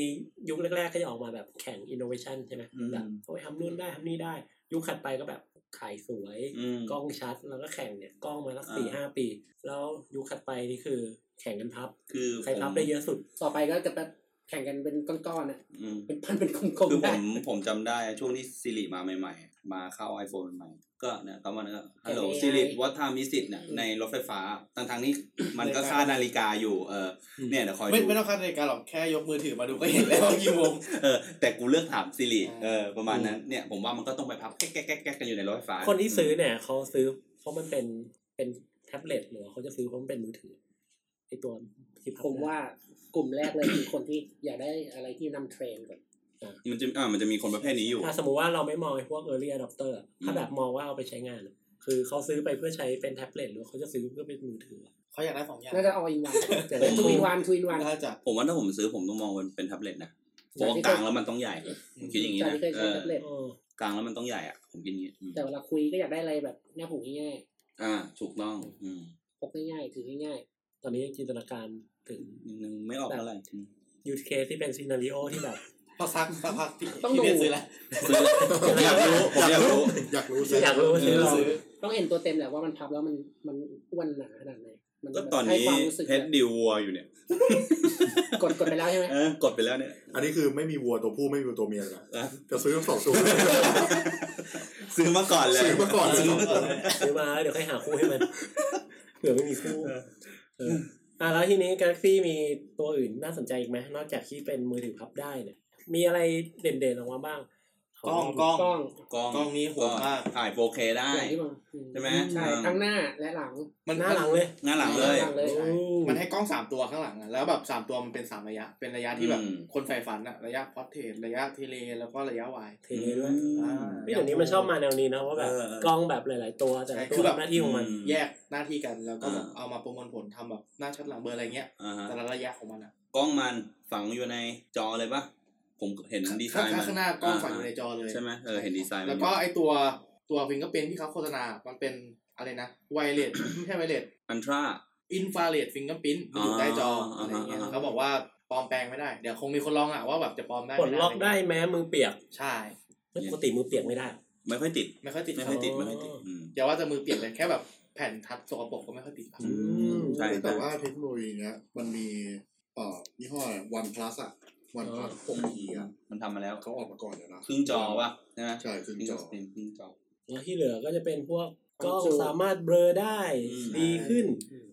ยุคแรกๆก็จะออกมาแบบแข่งอินโนเวชันใช่ไหม อืม แบบโอ้ยทำนู่นได้ทำนี่ได้ ยุคถัดไปก็แบบขายสวย อืม กล้องชัดแล้วก็แข่งเนี่ยกล้องมาสัก อ่า สี่ห้าปี แล้วยุคถัดไปนี่คือแข่งกันพับ คือ ใคร ผม พับได้เยอะสุด ต่อไปก็จะแบบแข่งกันเป็นก้อนๆนะ อืม เป็น <laughs> พันเป็นกลม คือผๆได้ มผมจำได้ช่วงที่ซิริมาใหม่ ๆ มาเข้า iPhone ใหม่ๆก็เนี่ยเขามาเนี่ยฮัลโหลซิริวั t ทามิสิตเนี่ยในรถไฟฟ้าทั้งทางๆนี้ มันก็ค่าดนาฬิกาอยู่เออ อืม เนี่ยเดี๋ยวคอย ไม่ ดู ไม่ต้องคาดนาฬิกาหรอกแค่ยกมือถือมาดูก็เห็น <laughs> แล้วว่ากี่โมง เออแต่กูเลือกถามซิริ อ่า เออประมาณนั้นเนี่ยผมว่ามันก็ต้องไปพับแก๊กแก๊กแก๊กแก๊กกันอยู่ในรถไฟฟ้า คนที่ซื้อเนี่ยเขาซื้อเพราะมันเป็นเป็นแท็บเล็ตหรือเขาจะซื้อเพราะมันเป็นมือถือไอตัวที่พับ ผม ได้ ว่ากลุ่มแรกเลยคือคนที่อยากได้อะไรที่นำเทรนด์ก่อน มันจะอ่ามันจะมีคนประเภทนี้อยู่ ถ้าสมมุติว่าเราไม่มองไอ้พวก early adopter อะถ้า อืม แบบมองว่าเอาไปใช้งานอะคือเขาซื้อไปเพื่อใช้เป็นแท็บเล็ตหรือเขาจะซื้อเพื่อเป็นมือถืออะ เขาอยากได้สองอย่าง น่าจะเอาอิน <laughs> วัน แต่ ผม ทูอินวันทูอินวัน น่าจะ ผมว่าถ้าผมซื้อผมต้องมองมันเป็นแท็บเล็ตนะเพราะว่าจากที่ กลางแล้วมันต้องใหญ่ผมคิดอย่างนี้ จาก นะ ที่เคยเออใช้แท็บเล็ต เออก ลางแล้วมันต้องใหญ่อะผมคิดอย่างนี้อืม แต่เวลาคุยก็อยากได้อะไรแบบหน้าหูง่าย เ อ่า ถูกต้อง อืม พกง่ายๆถือง่าย ตอนนี้ยังจินตนาการถึง นึงไม่ออกเท่าไหร่อืม ยูทเคที่เป็นซีนารีโอที่แบบ พอซักสักพักที่ ต้อง ที่ ดู เบนซื้อแล้ว ซื้อผมอยากรู้ <laughs> ผมอยากรู้ อยากรู้ อยากรู้ว่าซื้อเรา ซื้อ ต้องเห็นตัวเต็มแหละว่ามันพับแล้วมันมันอ้วนหนาขนาดไหนมั ก็ตอน ให้ นี้ ความรู้สึก เพชรดิววัวอยู่เนี่ย กดกดไปแล้วใช่ไหม เออกดไปแล้วเนี่ย อันนี้คือไม่มีวัวตัวผู้ไม่มีวัวตัวเมียเลยนะ เออ จะซื้อทั้งสอง <laughs> ตัว ซื้อมาก่อนเลย ซื้อมาก่อนเลย ซื้มาก่อนเลย ซื้อมาแล้วเดี๋ยวค่อยหาคู่ให้มัน <laughs> เผื่อไม่มีคู่เอออ่ะแล้วทีนี้กาแล็กซี่มีตัวอื่นน่าสนใจอีกไหมนอกจากที่เป็นมือถือพับได้เนี่ย มีอะไรเด่นๆออกมาบ้าง กล้องกล้อง กล้อง กล้อง กล้องนี้โหดมาก ถ่าย 4K ได้ อย่างที่บอก ใช่ไหม ใช่ อ่า ทั้งหน้าและหลัง มัน หน้าหลังเลย หน้าหลังเลย หน้าหลังเลย โอ้ มันให้กล้องสามตัวข้างหลังอะแล้วแบบสามตัวมันเป็นสามระยะ เป็นระยะที่แบบ อืม คนใฝ่ฝันอะระยะพอดเทสระยะเทเลแล้วก็ระยะวาย เทด้วย อืม นี่เดี๋ยวนี้มันชอบมาแนวนี้นะว่าแบบ เออเออ กล้องแบบหลาย ๆ ตัวแต่ละ ใช่คื ตัว อแบบ ทำหน้าที่ของมัน แยกหน้าที่กันแล้วก็แบบ อ่า เอามาประมวลผลทำแบบหน้าชัดหลังเบอร์อะไรเงี้ย อ่าฮะ แต่ละระยะของมันอะ กล้องมันฝังอยู่ในจอเลยปะผมเห็นดีไซ ข้าง น์มัน ข้างหน้ากล้องฝังอยู่ในจอเลย ใช่ไหมเออเห็นดีไซน์มัน แล้วก็ไอตัวตัวฟิงก็เป็นที่เขาโฆษณา มันเป็นอะไรนะไวเลส ไม่ใช่ไวเลส อันทรา อินฟราเรดฟิงก็ปิ้นมันอยู่ใต้จอ อ่า อะไรเงี้ย อ่าอ่า เขาบอกว่าปลอมแปลงไม่ได้ เดี๋ยวคงมีคนลองอะว่าแบบจะปลอมได้ ปลดล็อกได้แม้มือเปียก ใช่ เฮ้ยปกติมือเปียกไม่ได้ ไม่ค่อยติด ไม่ค่อยติด ไม่ค่อยติด อ๋อ ไม่ค่อยติดอืม อย่าว่าจะมือเปียกเลยแค่แบบแผ่นทัดสกปรกก็ไม่ค่อยติดครับ อืม ใช่ แต่ว่าเทคโนโลยีเนี้ยมันมีเอ่อยี่ห้อวันพลัสอะวันพลัส 6G อะ มันทำมาแล้ว เขาออกมาก่อนแล้วนะ ครึ่งจอป่ะใช่ไหม ใช่ครึ่งจอ ครึ่งจอ แล้วที่เหลือก็จะเป็นพวกกล้อง ความจุ สามารถเบลอได้ อืม ดีขึ้น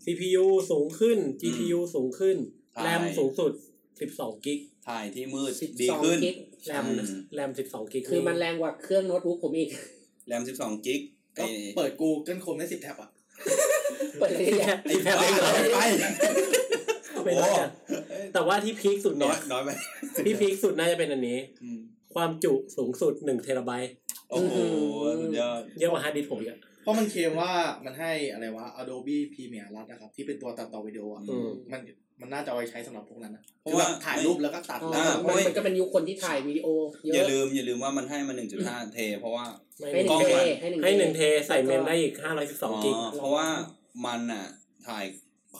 CPU สูงขึ้น GPU สูงขึ้น ใช่ แรมสูงสุด 12 กิก ถ่ายที่มืด สิบ ดี สอง ขึ้น กิก แรม อืม แรม 12 กิก คือมันแรงกว่าเครื่องโน้ตบุ๊กผมอีก <laughs> แรม 12 กิก ก็ ไอ้ เปิดกูเกิลคมได้สิบแท็บอะ เปิดเลย ที่แร เนี่ม ไอ้ยแพ้ไป <laughs> ไม่ได้อะ โอ้ แต่ว่าที่พีคสุด น้ <laughs> เนี่ อย ย น้อยไป ที่พีคสุดน่าจะเป็นอันนี้ อืม ความจุสูงสุด 1 เทราไบต์ โอ้โหสุดยอด เยอะกว่าฮาร์ดดิสก์ผมอีกอะ เพราะมันเคลมว่ามันให้อะไรวะ Adobe Premiere รัดนะครับ ที่เป็นตัวตัดต่อวิดีโออะ อื อืม มันมันน่าจะเอาไว้ใช้สำหรับพวกนั้นนะเพ คือ ราะว่า แบบ ถ่ายรูปแล้วก็ตัด อ๋อ แล้ว อ่าเพราะก็มัน ว่า มันก็เป็นยุคคนที่ถ่ายวิดีโอเย อย่า อะ ลืมอย่าลืมว่ามันให้มา 1.5 เท เพราะว่า ให้หนึ่ง กล้อง เท มัน ให้หนึ่ง ให้หนึ่ง เท เทใส่เมมได้อีก 512 กิก เพราะว่ามันอ่ะ ถ่าย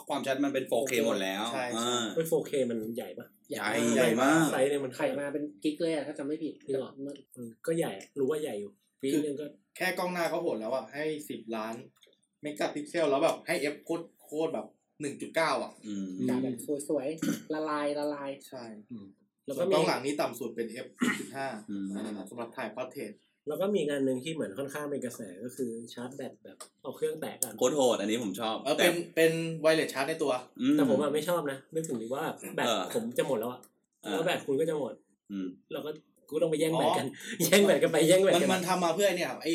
ความชัดมันเป็น 4K หมดแล้วอ่า ไม่ 4K มันใหญ่ปะ ใหญ่ใหญ่มาก ไซส์เนี่ยมัน ไข่มาเป็นกิ๊กเลยอะถ้าจำไม่ผิด นึกออกอืมก็ใหญ่อะรู้ว่าใหญ่อยู่ปีนึงก็ แค่กล้องหน้าก็โหดแล้วอะให้สิบล้านเมกะพิกเซลแล้วแบบให้เอฟโคตรโคตรแบบหนึ่งจุดเก้าอะ อืม กาแบบสวยๆละลายละลาย ใช่ แล้ว ส่ ก็ วนกล้ มี องหลังนี้ต่ำสุดเป็น f อืม 1.5สำหรับถ่ายพอร์เทรต แล้วก็มีงานหนึ่งที่เหมือนค่อนข้างเป็นกระแสก็คือชาร์จแบตแบบเอาเครื่องแตกกัน โคตรโหดอันนี้ผมชอบ เออเป็นเป็นไวเลสชาร์จในตัว อื แต่ผมอะไม่ชอบนะนึกถึงดีว่าแบตผมจะหมดแล้วอะ อ่า แล้วแบตคุณก็จะหมด อืม เราก็กูต้องไปแย่งแบตกัน แย่งแบตกันไปแย่งแบต มัน กัน มันทำมาเพื่อไอ้เนี่ยครับไอ้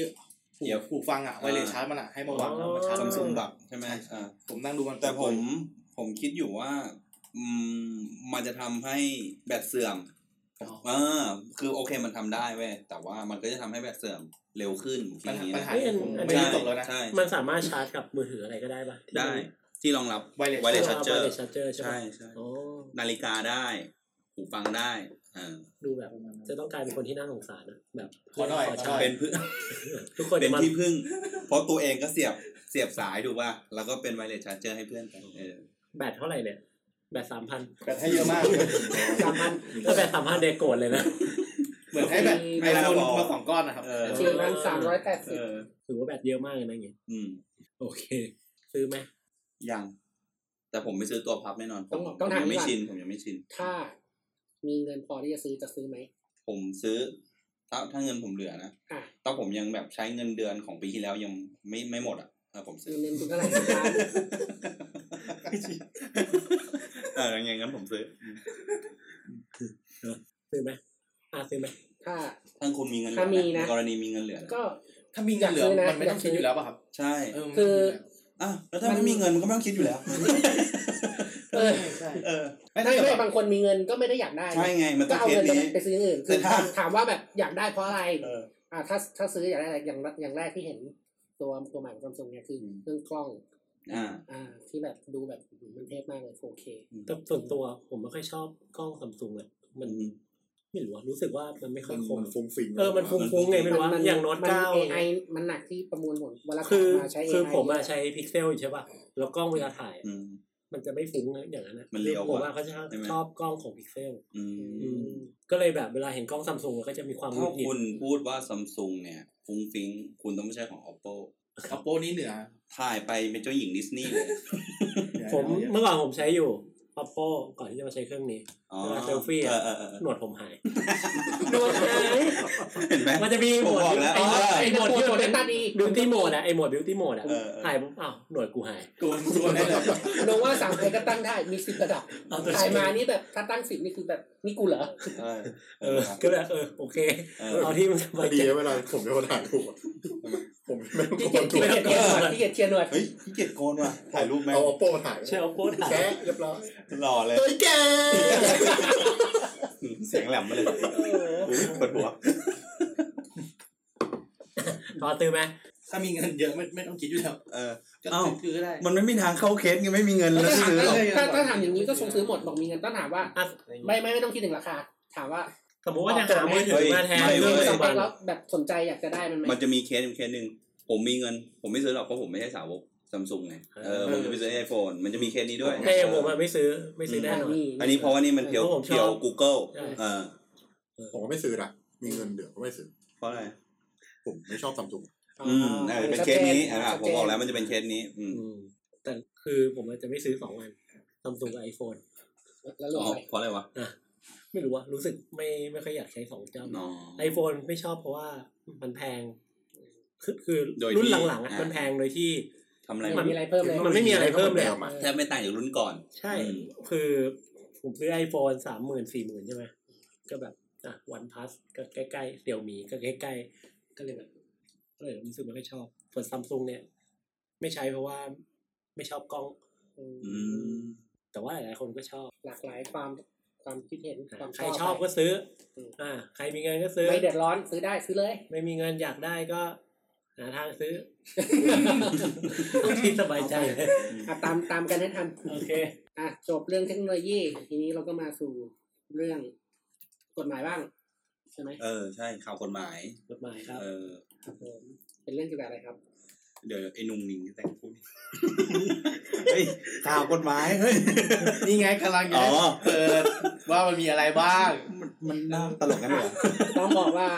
หู เดี๋ยว หูฟังอะไวเลสชาร์จมันอะให้มาวางแล้วมาชาร์จ ซัมซุงบักใช่ไหมอ่า ผมนั่งดูมัน แต่ผมผมคิดอยู่ว่าอืมมันจะทำให้แบตเสื่อมเออคือโอเคมันทำได้เว้ยแต่ว่ามันก็จะทำให้แบตเสื่อมเร็วขึ้นที ปัญหา นี้ ปัญ นะ หาเนี่ยผมไม่ได้ตกแล้วนะ ใช่ มันสามารถชาร์จกับมือถืออะไรก็ได้ปะ ได้ที่รองรับ wireless ไวเลสชาร์เจอร์ ชาร์เจอร์ใช่ ใช่ ปะ ใช่ อ๋อ นาฬิกาได้ หูฟังได้เออ ดูแบบจะต้องกลายเป็นคนที่น่าสงสารนะแบบ ขอหน่อยขอหน่อย เป็นพึ่ง ทุกคน เป็น มัน ที่พึ่ง เพราะตัวเองก็เสียบเสียบสายถูกป่ะแล้วก็เป็นไวเลสชาร์เจอร์ให้เพื่อนไปเออ แบตเท่าไหร่เนี่ยแบตสามพัน แต่ให้เยอะมาก สามพัน ถ้าแบตสามพันเดยวโกรธเลยนะ เหมือนให้แบบไอโฟนมาสองก้อนนะครับ เออ ๆสี่พันสามร้อยแปดสิ เอบ อ ถือว่าแบตเยอะมากเลยนะอย่างเงี้ย อืม โอเค ซื้อไหม ยัง แต่ผมไม่ซื้อตัวพับแน่นอน ต้อง ผม ต้องถาผมมยังไม่ ก่อน ชินผมยังไม่ชิน ถ้ามีเงินพอที่จะซื้อจะซื้อไหม ผมซื้อ ถ้าถ้าเงินผมเหลือนะ อ่ะ ถ้าผมยังแบบใช้เงินเดือนของปีที่แล้วยังไม่ไม่หมดอ่ะถ้าผมซื้อ <laughs> เงินเดือนคุณเท่าไหร่สิบล้าน เออยังไงงั้นผมซื้อ ซื้อไหมอ่าซื้อไหม ถ้า ถ้าคุณมีเงินเหลื ถ้ามีนะ ใกรณีมีเงินเหลือนะ ก็ ถ้ามีเงินเหลือ อยากซื้อนะ มันไม่ต้องคิดอยู่แล้วป่ะครับ ใช่ เมัน คือ อ่ะแล้วถ้าไม่มีเงินมันก็ไม่ต้องคิดอยู่แล้ว เออ ใช่ เออ ไม่ ไม่ ถ้าเกิด ไม่ แบบ บางคนมีเงินก็ไม่ได้อยากได้ ใช่ไงมันต้ ก็ อง เอา เคสเงิน นี้ ไปซื้ออย่างอื่นคือ แต่ถ้า ถามว่าแบบอยากได้เพราะอะไร เออ อ่ะถ้าถ้าซื้ออยากได้อะไรอย่างอย่างแรกที่เห็นตัวตัวใหม่ของซัมซุงเนี่ยคือ อืม เครื่องกล้อง อ่า อ่า ที่แบบดูแบบมันเทพมากเลย 4K แต่ส่วนตัวผมไม่ค่อยชอบกล้องซัมซุงเลยมัน อืม ไม่รู้อะรู้สึกว่ามันไม่ค่ มั อย น คม มันฟุ้งฟิง เออมันฟุ้งๆไงไม่รู้ว่าอย่างโน้ตเก้า เอ ไ ไอมันหนักที่ประมวลผลเวลา คือ มาใช้ AI คือผมอะใช้พิกเซลอยู่ใช่ป่ะแล้วกล้องเวลาถ่าย อืม มันจะไม่ฟุ้งอย่างนั้นนะ มันเรียวก ผม ว่า ว่าเขาจะชอบ ใช่ไหม ชอบกล้องของพิกเซล อื อื ม มก็เลยแบบเวลาเห็นกล้องซัมซุงก็จะมีความหงุ ถ้า ดหงิ คุณ ด พูดว่าซัมซุงเนี่ย ฟุ้งฟิ้งคุณต้องไม่ใช่ของ oppo อัปโปนี่เหนือ ถ่ายไปเป็นเจ้าหญิงดิสนีย์เลย ผมเมื่อก่อนผมใช้อยู่ oppo ก่อนที่จะมาใช้เครื่องนี้ อ๋อ เวลาเซลฟี่ เอ อะ อเออเออ หนวดผมหาย หนวดหาย เห็นไหม มันจะมี ผมบอกแล้ว ไอ้หมดไอ้ ไอ้ หม บ วดที่มัทที่มัน น เป็ เป็ beauty น นตัดอีก mode อะไอ้หมวด beauty mode อะ เออเออ ถ่ายปุ๊บอ้าวหนวดกูหาย โกนโกนได้เลย โนว่าสามคนก็ตั้งได้มีสิบระดับ เอาไป ถ่ายมานี่แบบถ้าตั้งสิบนี่คือแบบนี่กูเหรอ ใช่ เออ ก็เลยเออโอเค เออ เอาที่มันส พ บา อย ดี ใจ เวลาผมจะมาถ่ายรูปอะผมไม่ต้อง ที่ ก เกีย ด จ ตัว ที่เกียจเชียร์หนวดที่เกียจเชียร์หนวด เฮ้ยขี้เกียจโกนว่ะถ่ายรูปไหม เอาโป้ถ่าย ใช่เอาโพสต์ถ่าย แซะเรียบร้อย หล่อเลย เฮ้ยแก <laughs> เสียงแหลมมาเลยอุ๊ยปวดหัว พอตื่นไหม ถ้ามีเงินเยอะไม่ไม่ต้องคิดอยู่แล้ว เออ ก็ เอ้า ซื้อก็ได้ มันไม่มีทางเข้าเคสไงไม่มีเงิน ถ้า แล้วซื้อหรอกถามถ้าถ้าถามอย่างนี้ก็คงซื้อหมดบอกมีเงินต้องถามว่า อ่ะ ไม่ไม่ไม่ต้องคิดถึงราคา ถามว่า สมมติว่าจะหามือถือมาแทน เรื่ เรื่ององ ส ส เป มั ค ย แล้วแบบสนใจอยากจะได้มันไหม <laughs> มันจะมีเคสอยู่เคสหนึ่งผมมีเงิน ผมไม่ซื้อหรอกเพราะผมไม่ใช่สาวกซัมซุงไงเออผมจะไปซื้อไอโฟนมันจะมีเคสนี้ด้วย แต่อย่างผมอะไม่ซื้อไม่ซื้อแน่นอน อันนี้เพราะว่านี่มันเพียว ผมชอบ เพียว Google ใช่ เออ ผมก็ไม่ซื้อนะมีเงินเหลือก็ไม่ซื้อ เพราะอะไร ผมไม่ชอบซัมซุง อืมเออเป็นเคสนี้อ่าผมบอกแล้วมันจะเป็นเคสนี้ อืม อืมแต่คือผมอาจจะไม่ซื้อสองอันซัมซุงกับไอโฟน แล้วหล อ๋ ง อ ไป เพราะอะไรวะ ไม่รู้ว่ารู้สึกไม่ไม่ค่อยอยากใช้สองเจ้า อ๋อ ไอโฟนไม่ชอบเพราะว่ามันแพง คือคือ โดยที่ รุ่นหลังๆอ่ะ อ่ามั มันแพงโดยที่ ทำอะไร มัน วะ มีอะไรเพิ่มเลย มันไม่มีอะไรเพิ่มเลย อะ แทบไม่ต่างจากรุ่นก่อน ใช่ อืม คือผมซื้อไอโฟนสามหมื่นสี่หมื่นใช่ไหมก็แบบอ่ะวันพัสก็ใกล้ๆเสี่ยวมีก็ใกล้ๆ ก็เลยแบบก็เลยรู้สึกไม่ค่อยชอบ ส่วนซัมซุงเนี่ย ไม่ใช้เพราะว่าไม่ชอบกล้อง อืม แต่ว่าหลายๆคนก็ชอบ หลากหลายความความคิดเห็นความ ใครชอบก็ซื้อ อืม อ่า ใครมีเงินก็ซื้อ ไม่เดือดร้อนซื้อได้ซื้อเลย ไม่มีเงินอยากได้ก็หาทาง <laughs> ซื้อ ที่สบายใจเลย อ่ะตามตามกันให้ทัน โอเค อ่ะจบเรื่องเทคโนโลยี ทีนี้เราก็มาสู่เรื่องกฎหมายบ้าง ใช่ไหม เออ ใช่ข่าวกฎหมาย กฎหมายครับ เออ ครับผมเป็นเรื่องเกี่ยวกับอะไรครับ เดี๋ยวไอ้หนุ่มหนิงแต่งพูด เฮ้ยข่าวกฎหมายเฮ้ย นี่ไงกำลังจะได้ อ๋อ เปิดว่ามันมีอะไรบ้าง มันน่าตลกกันเหรอ ต้องบอกว่า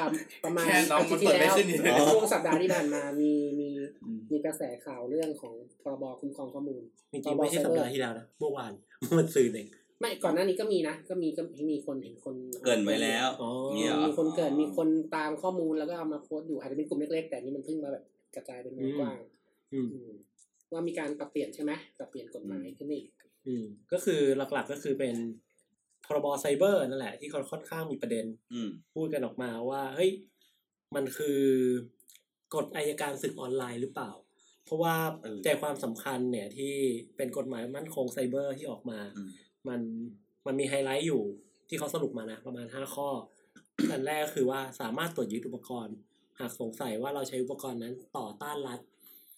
ประมาณ แค่น้องมันเปิดไม่ขึ้นนี่ แล้วช่วงสัปดาห์ที่ผ่านมามีมี อืม มีกระแสข่าวเรื่องของพรบคุ้มครองข้อมูล จริงๆไม่ใช่สัปดาห์ที่แล้วนะเมื่อวานมันซื้อเอง ไม่ก่อนหน้านี้ก็มีนะ ก็มีก็มีคนเห็นคน เกรินไว้แล้ว อ๋อ เงี้ยเหรอ มีคนเกิดมีคนตามข้อมูลแล้วก็เอามาโพสต์อยู่อาจจะเป็นกลุ่มเล็กๆแต่อันนี่มันเพิ่งมาแบบกระจายเป็นวงกว้าง อืม อืมว่ามีการปรับเปลี่ยนใช่ไหมปรับเปลี่ยนกฎหมายขึ้นมาอีก อืมก็คือหลักๆก็คือเป็นพรบไซเบอร์นั่นแหละ ที่เขาค่อนข้างมีประเด็น อืม พูดกันออกมาว่าเฮ้ยมันคือกฎอายการศึกออนไลน์หรือเปล่า เพราะว่า เออ ใจความสำคัญเนี่ยที่เป็นกฎหมายมั่นคงไซเบอร์ที่ออกมา อืม มันมันมีไฮไลท์อยู่ที่เขาสรุปมานะ ประมาณห้าข้อ อันแรกก็คือว่าสามารถตรวจยึดอุปกรณ์ หากสงสัยว่าเราใช้อุปกรณ์นั้นต่อต้านรัฐ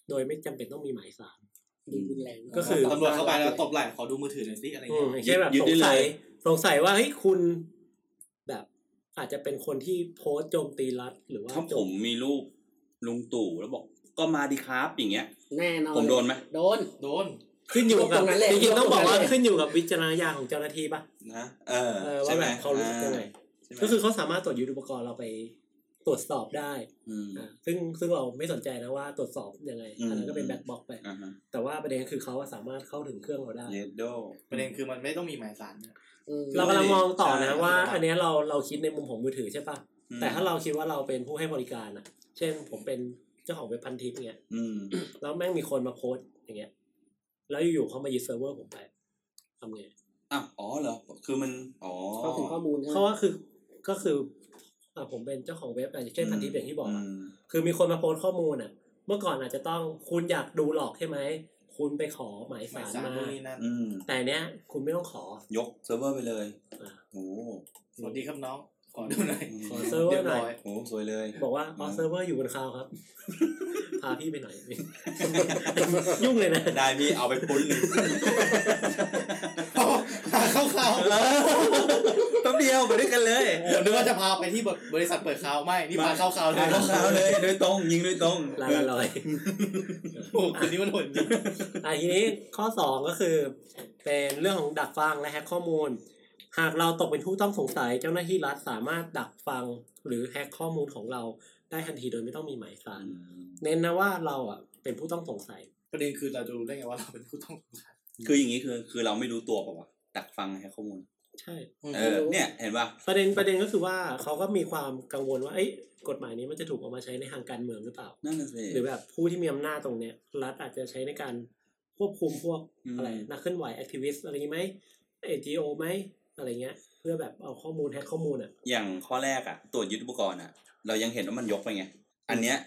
โดยไม่จำเป็นต้องมีหมายสาร ดูรุนแรง ก็คือ ตำรวจเข้าไปแล้วตบไหล่ขอดูมือถือหน่อยสิอะไร อืมอเงี้ยย่างเช่นแบบ ยึด ส ได้ ง เล สัย ย สงสัยว่าเฮ้ยคุณแบบ อาจจะเป็นคนที่โพสต์โจมตีรัฐหรือว่า ถ้า โจ ผมมีรูปลุงตู่แล้วบอก ก็มาดีครับอย่างเงี้ย แน่นอน ผมโดนไหม โดน โดน ขึ้นอยู่ ต กั ร บ งนั้นแหละ จริงๆต้องบอกว่า ตรงนั้นแหละ ขึ้นอยู่กับวิจารณญาณของเจ้าหน้าที่ป่ะ นะเออ เออ ใช่ ว่า ไหม แบบเขารู้สึกยังไง ใช่ไหม ก็คือเขาสามารถตรวจยึดอุปกรณ์เราไปตรวจสอบได้ ม อ่ะซึ่งซึ่งเราไม่สนใจนะว่าตรวจสอบยังไง อืม อันนั้นก็เป็นแบ็คบ็อกไป อ่าฮะ แต่ว่าประเด็นคือเขาสามารถเข้าถึงเครื่องเราได้ เลดโด ประเด็นคือมันไม่ต้องมีหมายสารเนี่ย อืม เรากำลังมองต่อนะ ใช่ ว่า อันเนี้ยเราเราคิดในมุมของมือถือใช่ป่ะ แต่ถ้าเราคิดว่าเราเป็นผู้ให้บริการอ่ะ เช่นผมเป็นเจ้าของเว็บพันทิปเงี้ย อืม แล้วแม่งมีคนมาโพสต์อย่างเงี้ย แล้วอยู่ๆเขามายึดเซิร์ฟเวอร์ผมไปทำไง อ่ะอ๋อเหรอ คือมัน อ๋อ เข้าถึงข้อมูลใช่ไหม เพราะว่าคือก็คืออ่ะผมเป็นเจ้าของเว็บอาจจะเช่นพันทิปอย่างที่บอกอะ ม คือมีคนมาโพสต์ข้อมูลอ่ะ เมื่อก่อนอาจจะต้องคุณอยากดูหลอกใช่ไหม คุณไปขอหมาย หมา สาย ร สาร มา นู่นนี่นั่น อืม แต่เนี้ยคุณไม่ต้องขอ ยกเซิร์ฟเวอร์ไปเลย อ่า โอ้โห สวัสดีครับน้อง ขอดูหน่อย ขอเซิร์ฟเวอ เรีย ร์ บ หน่ ร้ อ อย ย โอ้โหสวยเลย บอกว่าอ๋อ อืม เซิร์ฟเวอร์อยู่บนคลาวด์ครับ <laughs> พาพี่ไปหน่อย ยุ่งเลยนะ ได้พี่เอาไปปุ้นหนึ่ง เข้าเข้า ต้อง เดียวไปด้วยกันเลย ผมนึกว่าจะพาไปที่บริษัทเปิดข่าวไม่นี่พาเข้าข่าวเลย เท้าเลยโดยตรงยิงโดยตรง ลาละลอย โอ้โหคนนี้มันโหดจริง อ่ะทีนี้ข้อสองก็คือ เป็นเรื่องของดักฟังและแฮกข้อมูล หากเราตกเป็นผู้ต้องสงสัยเจ้าหน้าที่รัฐสามารถดักฟังหรือแฮกข้อมูลของเราได้ทันทีโดยไม่ต้องมีหมายสารเน้นนะว่าเราอ่ะเป็นผู้ต้องสงสัย ประเด็นคือเราจะรู้ได้ไงว่าเราเป็นผู้ต้องสงสัย คืออย่างนี้คือคือเราไม่รู้ตัวเปล่าวะดักฟังให้ข้อมูล ใช่ เออเนี่ยเห็นป่ะ ประเด็นประเด็นก็คือว่าเขาก็มีความกังวลว่าเอ้ยกฎหมายนี้มันจะถูกเอามาใช้ในทางการเมืองหรือเปล่า นั่นน่ะสิ หรือแบบผู้ที่มีอำนาจตรงเนี้ยรัฐอาจจะใช้ในการควบคุมพวก ม อะไรนักเคลื่อนไหวแอคทิวิสต์อะไรนี้ไหมเอจีโอไหมอะไรเงี้ย เพื่อแบบเอาข้อมูลแฮกข้อมูลอ่ะ อย่างข้อแรกอะตรวจยึดอุปกรณ์อะเรายังเห็นว่ามันยกไปไง อันเนี้ย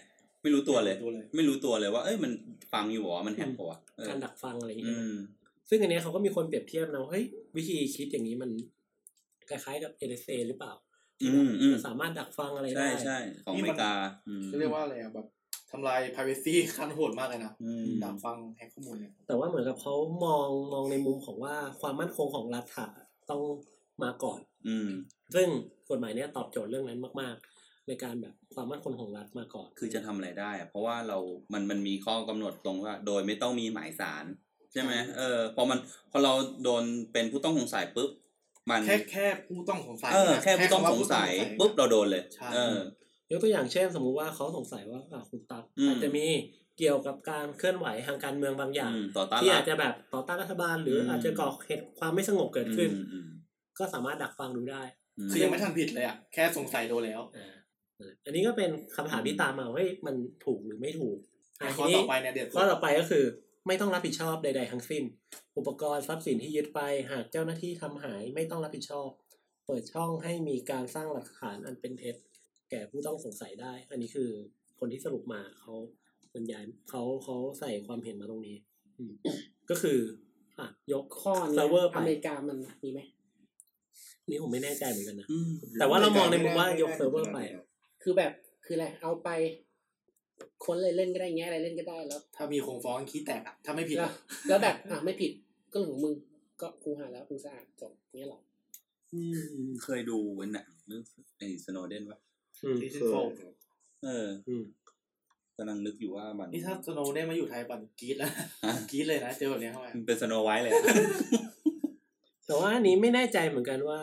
ไม่รู้ตัวเลย ตัวเลย ไม่รู้ตัวเลยว่า เอ้ยมันฟังอยู่เหรอมันแฮกเหรอวะเออ การดักฟังอะไรอย่าง อื เงี้ย ม ซึ่งอันเนี้ยเขาก็มีคนเปรียบเทียบนะว่าเฮ้ยวิธีคิดอย่างนี้มันคล้ายๆกับ NSA หรือเปล่าที่ อื แบบ มอืม สามารถดักฟังอะไร ใช่ ได้ ใช่ของ นี่ อเม มัน ริกาอืม เรียกว่าอะไรอะแบบทำลาย privacy ขั้นโหดมากเลยนะ อืม ดักฟังแฮกข้อมูลเนี่ย แต่ว่าเหมือนกับเขามองมองในมุมของว่าความมั่นคงของรัฐอะต้องมาก่อน อืม ซึ่งกฎหมายเนี้ยตอบโจทย์เรื่องนั้นมาก ๆ ในการแบบความมั่นคงของรัฐมาก่อน คือจะทำอะไรได้อะเพราะว่าเรา มันมันมีข้อกำหนดตรงว่า โดยไม่ต้องมีหมายสารใช่ไหมเออพอมันพอเราโดนเป็นผู้ต้องสงสัยปุ๊บมัน แค่แค่ผู้ต้องสงสัย เออ นะ แค่ผู้ต้อง คำว่า สงสัย ผู้ต้อง ปุ๊บเราโดนเลย ใช่ เออ ยกตัวอย่างเช่น สมมุติว่าเขาสงสัยว่าอ่ะคุณตั๊ก อืม อาจจะมีเกี่ยวกับการเคลื่อนไหวทางการเมืองบางอย่าง อืมต่อต้าน ที่ รั อา ฐ จจะแบบต่อต้านรัฐบาล หรืออ ม อาจจะก่อเหตุความไม่สงบเกิดขึ้น อืมอืม ก็สามารถดักฟังดูได้ อืม คือยังไม่ทันผิดเลยอ่ะแค่สงสัยโดนแล้ว อ่าอันนี้ก็เป็นคำถามที่ตามมาว่าเฮ้ยมันถูกหรือไม่ถูกอ่ะ ข้อ ที ต่ นี้ อไปเนี่ยเด็ดสุ ข้อ ด ต่อไปก็คือ ไม่ต้องรับผิดชอบใด ๆ ทั้งสิ้น อุปกรณ์ทรัพย์สินที่ยึดไป หากเจ้าหน้าที่ทำหายไม่ต้องรับผิดชอบ เปิดช่องให้มีการสร้างหลักฐานอันเป็นเท็จแก่ผู้ต้องสงสัยได้ อันนี้คือคนที่สรุปมาเขาบรรยายเขาเขาใส่ความเห็นมาตรงนี้อืมก็คืออ่ะยก ข้อนี้ เซิร์ฟเวอร์ไป อเมริกามันมีไหม นี่ผมไม่แน่ใจเหมือนกันนะ แต่ว่าเรามองในมุมว่ายกเซิร์ฟเวอร์ไป คือแบบคืออะไรเอาไป ค้นเลยเล่นก็ได้แง่อะไรเล่นก็ได้แล้ว ถ้ามีคงฟ้องขี้แตกอะถ้าไม่ผิด แล้ว อะ แล้วแบบอ่ะไม่ผิดก็เรื่องของมึงก็กูหาแล้วกูสะอาดจบเงี้ยหรอ อืมเคยดูหนังเรื่องไอ้สโนเดนปะ อืม ที่ เค ชื่ ย นโฟ ครับ เออ อืม กำลังนึกอยู่ว่ามัน นี่ถ้าสโนว์ได้มาอยู่ไทยปั่นกรีดแล้ว ฮะ กรีดเลยนะเจอแบบเนี้ยเข้าไป มันเป็นสโนไวท์เลยอะ แต่ว่าอันนี้ไม่แน่ใจเหมือนกันว่า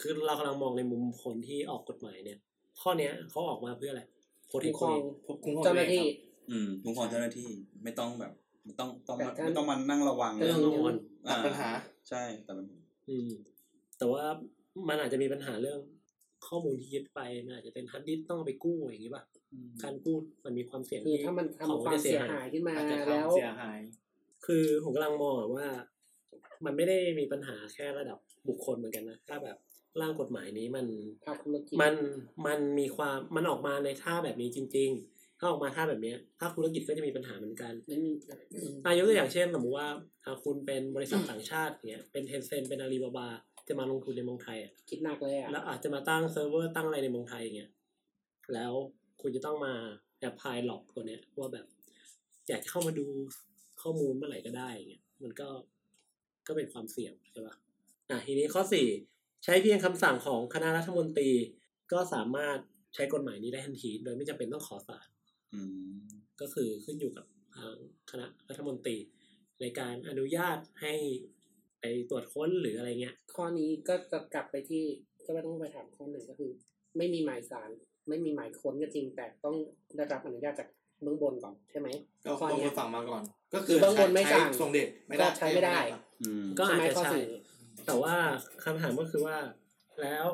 คือเรากำลังมองในมุมคนที่ออกกฎหมายเนี่ย ข้อเนี้ยเขาออกมาเพื่ออะไรโคตร คุ้มคร อ อง ง พบคุ้มครอง เจ้าหน้าที่ อืมคุ้มครองเจ้าหน้าที่ไม่ต้องแบบไม่ต้องต้องมา แต่ถ้า ไม่ต้องมานั่งระวัง ก็ เรื่อต้อง ง เงิน ตัดปัญหา ใช่แต่มัน อืม แต่ว่ามันอาจจะมีปัญหาเรื่องข้อมูลที่ยึดไปมันอาจจะเป็นฮัรดดิสก์ต้องเอาไปกู้อย่างนี้ป่ะ การกู้มันมีความเสี่ยง คือถ้ามันทำความเสียหายขึ้นมา อาจจะ แล้ว ทำเสียหาย คือผมกำลังมองอะว่า มันไม่ได้มีปัญหาแค่ระดับบุคคลเหมือนกันนะ ถ้าแบบร่างกฎหมายนี้มัน ภาคธุรกิจ มันมันมีความมันออกมาในท่าแบบนี้จริง ๆ ถ้าออกมาท่าแบบเนี้ยภาคธุรกิจก็จะมีปัญหาเหมือนกัน ไม่มี อายกตัวอย่างเช่นสมมติว่าอ่าคุณเป็นบริษัทต่างชาติเนี่ยเป็นเทนเซนเป็นอาลีบาบาจะมาลงทุนในเมืองไทยอะ คิดหนักเลยอ่ะ แล้วอาจจะมาตั้งเซิร์ฟเวอร์ตั้งอะไรในเมืองไทยอย่างเงี้ยแล้วคุณจะต้องมาแอปพลายหลอกตัวเนี้ยว่าแบบ อยากจะเข้ามาดูข้อมูลเมื่อไหร่ก็ได้อย่างเงี้ยมันก็ก็เป็นความเสี่ยงใช่ปะอ่ะทีนี้ข้อสี่ใช้เพียงคำสั่งของคณะรัฐมนตรี ก็สามารถใช้กฎหมายนี้ได้ทันที โดยไม่จำเป็นต้องขอศาล อืม ก็คือขึ้นอยู่กับทางคณะรัฐมนตรี ในการอนุญาตให้ไปตรวจค้นหรืออะไรเงี้ย ข้อนี้ก็จะกลับไปที่ก็ไม่ต้องไปถามข้อหนึ่งก็คือ ไม่มีหมายสารไม่มีหมายค้นก็จริงแต่ต้องได้รับอนุญาตจากเบื้องบนก่อนใช่ไหม ก็ ข้อ ต้อง เนี้ ไป ย ฟังมาก่อน ก็ คือเบื้องบนไม่สั่ง ใช้ส่งเด็ดไม่ได้ ก็ใช้ไม่ได้ อืม ก็อาจ ใช่จะไหมข้อ ใช่ สี่ แต่ว่าคำถามก็คือว่า แล้ว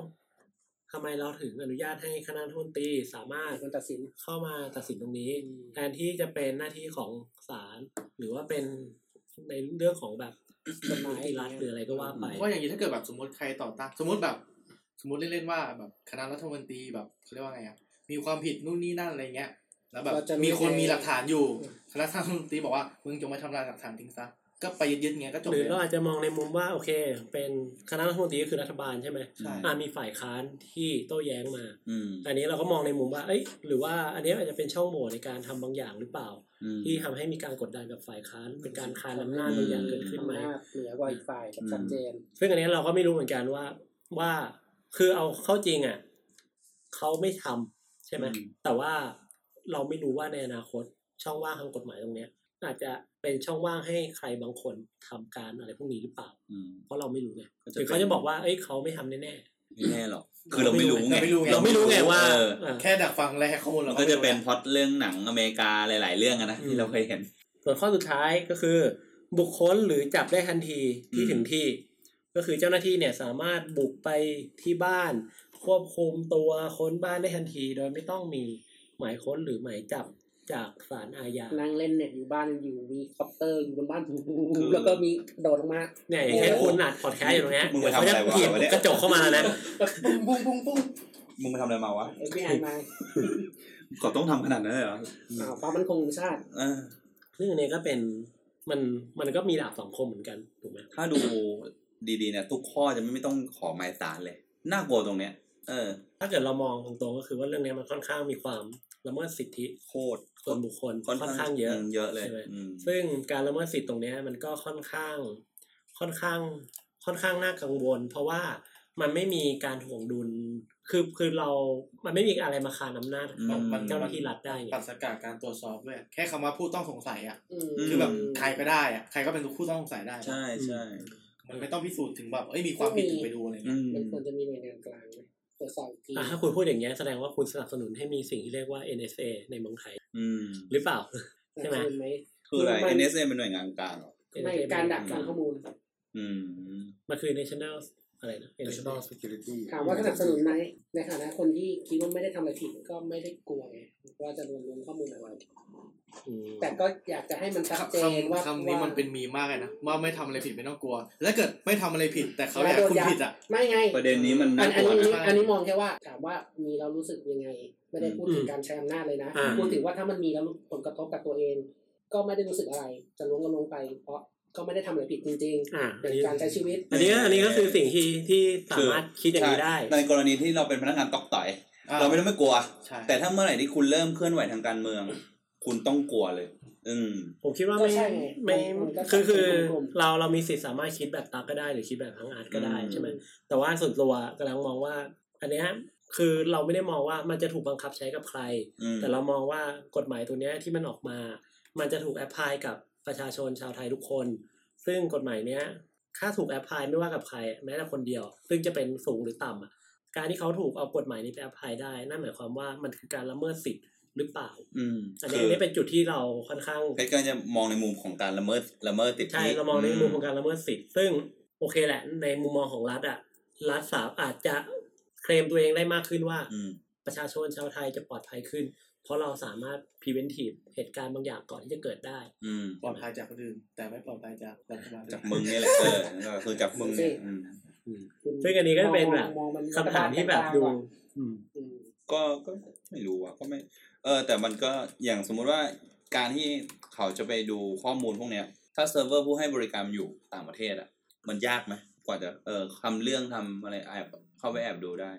ทำไมเราถึงอนุญาตให้คณะรัฐมนตรีสามารถ คนตัดสิน เข้ามาตัดสินตรงนี้แทนที่จะเป็นหน้าที่ของศาลหรือว่าเป็นในเรื่องของแบบ กฎหมายรัฐหรืออะไรก็ว่าไป เพราะอย่างนี้ถ้าเกิดแบบสมมติใครต่อต้านสมมติแบบ สมมติเล่นๆว่าแบบคณะรัฐมนตรีแบบเขาเรียกว่าไงอ่ะมีความผิดนู่นนี่นั่นอะไรเงี้ย แล้วแบบ เราจะรู้ มีคนมีหลักฐานอยู่ อืม คณะรัฐมนตรีบอกว่ามึงจงไปทำลายหลักฐานทิ้งซะก็ไปยึดๆเงี้ยก็จบ หรือ เล เรา ย อาจจะมองในมุมว่าโอเค เป็นคณะรัฐมนตรีก็คือรัฐบาลใช่ไหม ใช่ อ่ามีฝ่ายค้านที่โต้แย้งมา อืม อันนี้เราก็มองในมุมว่า เอ้ยหรือว่าอันนี้อาจจะเป็นช่องโหว่ในการทำบางอย่างหรือเปล่า อืม ที่ทำให้มีการกดดันกับฝ่ายค้านเป็นการคานอำนาจบางอย่างเกิดขึ้นไหม อำนาจเหนือกว่าอีกฝ่ายแบบชัดเจน ซึ่งอันนี้เราก็ไม่รู้เหมือนกันว่าว่า คือเอาเข้าจริงอ่ะเขาไม่ทำใช่ไหม อืม แต่ว่าเราไม่รู้ว่าในอนาคต ช่องว่างทางกฎหมายตรงเนี้ย อาจจะเป็นช่องว่างให้ใครบางคนทำการอะไรพวกนี้หรือเปล่า อืม เพราะเราไม่รู้ไง ก็จะ ถึงเขาจะบอกว่าเอ้ยเขาไม่ทำแน่ ไม่แน่หรอก คือเราไม่รู้ไง เราไม่รู้ไง เราไม่รู้ไงว่า เออ เออ แค่ดักฟังแรกข้อมูล มั เรา น ก็ ก็จะเป็น ไม่รู้ พล็อตเรื่องหนังอเมริกาหลาย ๆ เรื่องอะนะ อืม ที่เราเคยเห็น ส่วนข้อสุดท้ายก็คือ บุคคลหรือจับได้ทันทีที่ อืม ถึงที่ ก็คือเจ้าหน้าที่เนี่ยสามารถบุกไปที่บ้าน ควบคุมตัวค้นบ้านได้ทันที โดยไม่ต้องมีหมายค้นหรือหมายจับจากศาลอาญา นั่งเล่นเน็ตอยู่บ้านอยู่มีคอปเตอร์อยู่บนบ้าน อ แล้วก็มีโดดลงมา เนี่ยอย่างเช่น โอ้โห คุณอัดพอดแคสต์อยู่ตรงเนี้ย มึงไปทำอะไรวะ เดี๋ยวเขาวะเนี่ จะถีบยกระจกเข้ามาแล้วนะ ปุ้งปุ้งปุ้งปุ้ง มึงไปทำอะไรมาวะ เอฟบีไอมา ก็ต้องทำขนาดนั้นเลยเหรอ อ้าวความมั่นคงของชาติ เออ ซึ่งอันเนี้ยก็เป็นมันมันก็มีดาบสองคมเหมือนกันถูกไหม ถ้าดูดีๆเนี่ยทุกข้อจะไม่ไม่ต้องขอหมายสารเลย น่ากลัวตรงเนี้ย เออ ถ้าเกิดเรามองตรงๆก็คือว่าเรื่องเนี้ยมันค่อนข้างมีความละเมิดสิทธิ โคตร ส่วนบุคคลค่อนข้างเยอะ เยอะเลย ใช่ไหม อืม ซึ่งการละเมิดสิทธิ์ตรงเนี้ยมันก็ค่อนข้างค่อนข้างค่อนข้างน่ากังวล เพราะว่ามันไม่มีการถ่วงดุลคือคือเรา มันไม่มีอะไรมาคานอำนาจของ มัน เจ้าหน้าที่รัฐได้ไง ปัดสกัดการตรวจสอบด้วยแค่คำว่าผู้ต้องสงสัยอ่ะ อืม คือแบบใครก็ได้อ่ะใครก็เป็นผู้ต้องสงสัยได้ ใช่ใช่ มันไม่ต้องพิสูจน์ถึงแบบเอ้ยมีความผิดถึงไปดูอะไร อื เงี้ย ม มันควรจะมีหน่วยงานกลางไหมตรวจสอบอีกที อ่ะถ้าคุณพูดอย่างเงี้ยแสดงว่าคุณสนับสนุนให้มีสิ่งที่เรียกว่า NSA ในเมืองไทย อืม หรือเปล่า แต่ ใช่ไหม คืนไหม คืออะไร มัน NSA เป็นหน่วยงานกลางเหรอ ไม่การดักฟังข้อมูลครับ อืม มันคือ national อะไรนะ National Security ถามว่าสนับสนุนไหมในฐานะคนที่คิดว่าไม่ได้ทำอะไรผิดก็ไม่ได้กลัวไงว่าจะโดนลวงข้อมูลอะไร อืม แต่ก็อยากจะให้มันชัดเจนว่า คำคำนี้มันเป็นมีมากเลยนะว่าไม่ทำอะไรผิดไม่ต้องกลัว แล้วเกิดไม่ทำอะไรผิด แต่เขาอยากให้คุณผิดอ่ะ ไม่ไง ประเด็นนี้มัน อั น่านก อัน ลัว นี้ นะ อันนี้มองแค่ว่าถามว่ามีแล้วรู้สึกยังไง ไม่ได้พูดถึงการใช้อำนาจเลยนะ อ่า พูดถึงว่าถ้ามันมีแล้วผลกระทบกับตัวเอง ก็ไม่ได้รู้สึกอะไร จะล้วงก็ลวงไป เพราะก็ไม่ได้ทำอะไรผิดจริง อ่ะ ๆ อั เป็น น นี้ การใช้ชีวิต อันนี้อันนี้ก็คือสิ่งที่ที่สามารถคิดอย่างนี้ได้ ใช่ในกรณีที่เราเป็นพนักงานตอกต่อย อ่า เราไม่ต้องไม่กลัว ใช่ แต่ถ้าเมื่อไหร่ที่คุณเริ่มเคลื่อนไหวทางการเมือง คุณต้องกลัวเลย อืม ผมคิดว่า ก็ ไม่ ใช่ ไม่ มันก็ คือคือ เป็นกลุ่มๆ เราเรามีสิทธิ์สามารถคิดแบบตักก็ได้หรือคิดแบบทั้งอาร์ตก็ได้ อืม ใช่ไหมแต่ว่าส่วนตัวกำลังมองว่า อันเนี้ยคือเราไม่ได้มองว่ามันจะถูกบังคับใช้กับใคร อืม แต่เรามองว่ากฎหมายตัวเนี้ยที่มันออกมา มันจะถูกแอพพลายกับประชาชนชาวไทยทุกคน ซึ่งกฎหมายเนี้ยถ้าถูกแอพพลายไม่ว่ากับใครแม้แต่คนเดียว ซึ่งจะเป็นสูงหรือต่ำอะการที่เขาถูกเอากฎหมายนี้ไปแอพพลายได้นั่นหมายความว่ามันคือการละเมิดสิทธิ์หรือเปล่า อืม อัน คื นี้ อ อันนี้เป็นจุดที่เราค่อนข้าง เพชรก็จะมองในมุมของการละเมิดละเมิดติด ใช่เรามองในมุมของ การ การละเมิดสิทธิ์ซึ่งโอเคแหละ ในมุมมองของรัฐอ่ะรัฐสามอาจจะเคลมตัวเองได้มากขึ้นว่า อืม ประชาชนชาวไทยจะปลอดภัยขึ้น เพราะเราสามารถ preventive เหตุการณ์บางอย่างก่อนที่จะเกิดได้ อืม ปลอดภัยจากคนอื่นแต่ไม่ปลอดภัยจากรัฐบาล จากมึงนี่แหละ เอ <laughs> อก็คือจากมึงเนี่ยอืม ซึ่งอันนี้ก็เป็นแบบ มองมัน คำถามที่แบบดูอืม อืม ก็ก็ไม่รู้อ่ะก็ไม่ เออ แต่มันก็อย่างสมมุติว่าการที่เขาจะไปดูข้อมูลพวกเนี้ย ถ้าเซิร์ฟเวอร์ผู้ให้บริการอยู่ต่างประเทศอ่ะ มันยากไหมกว่าจะเออทำเรื่องทำอะไรแอบเข้าไปแอบดูได้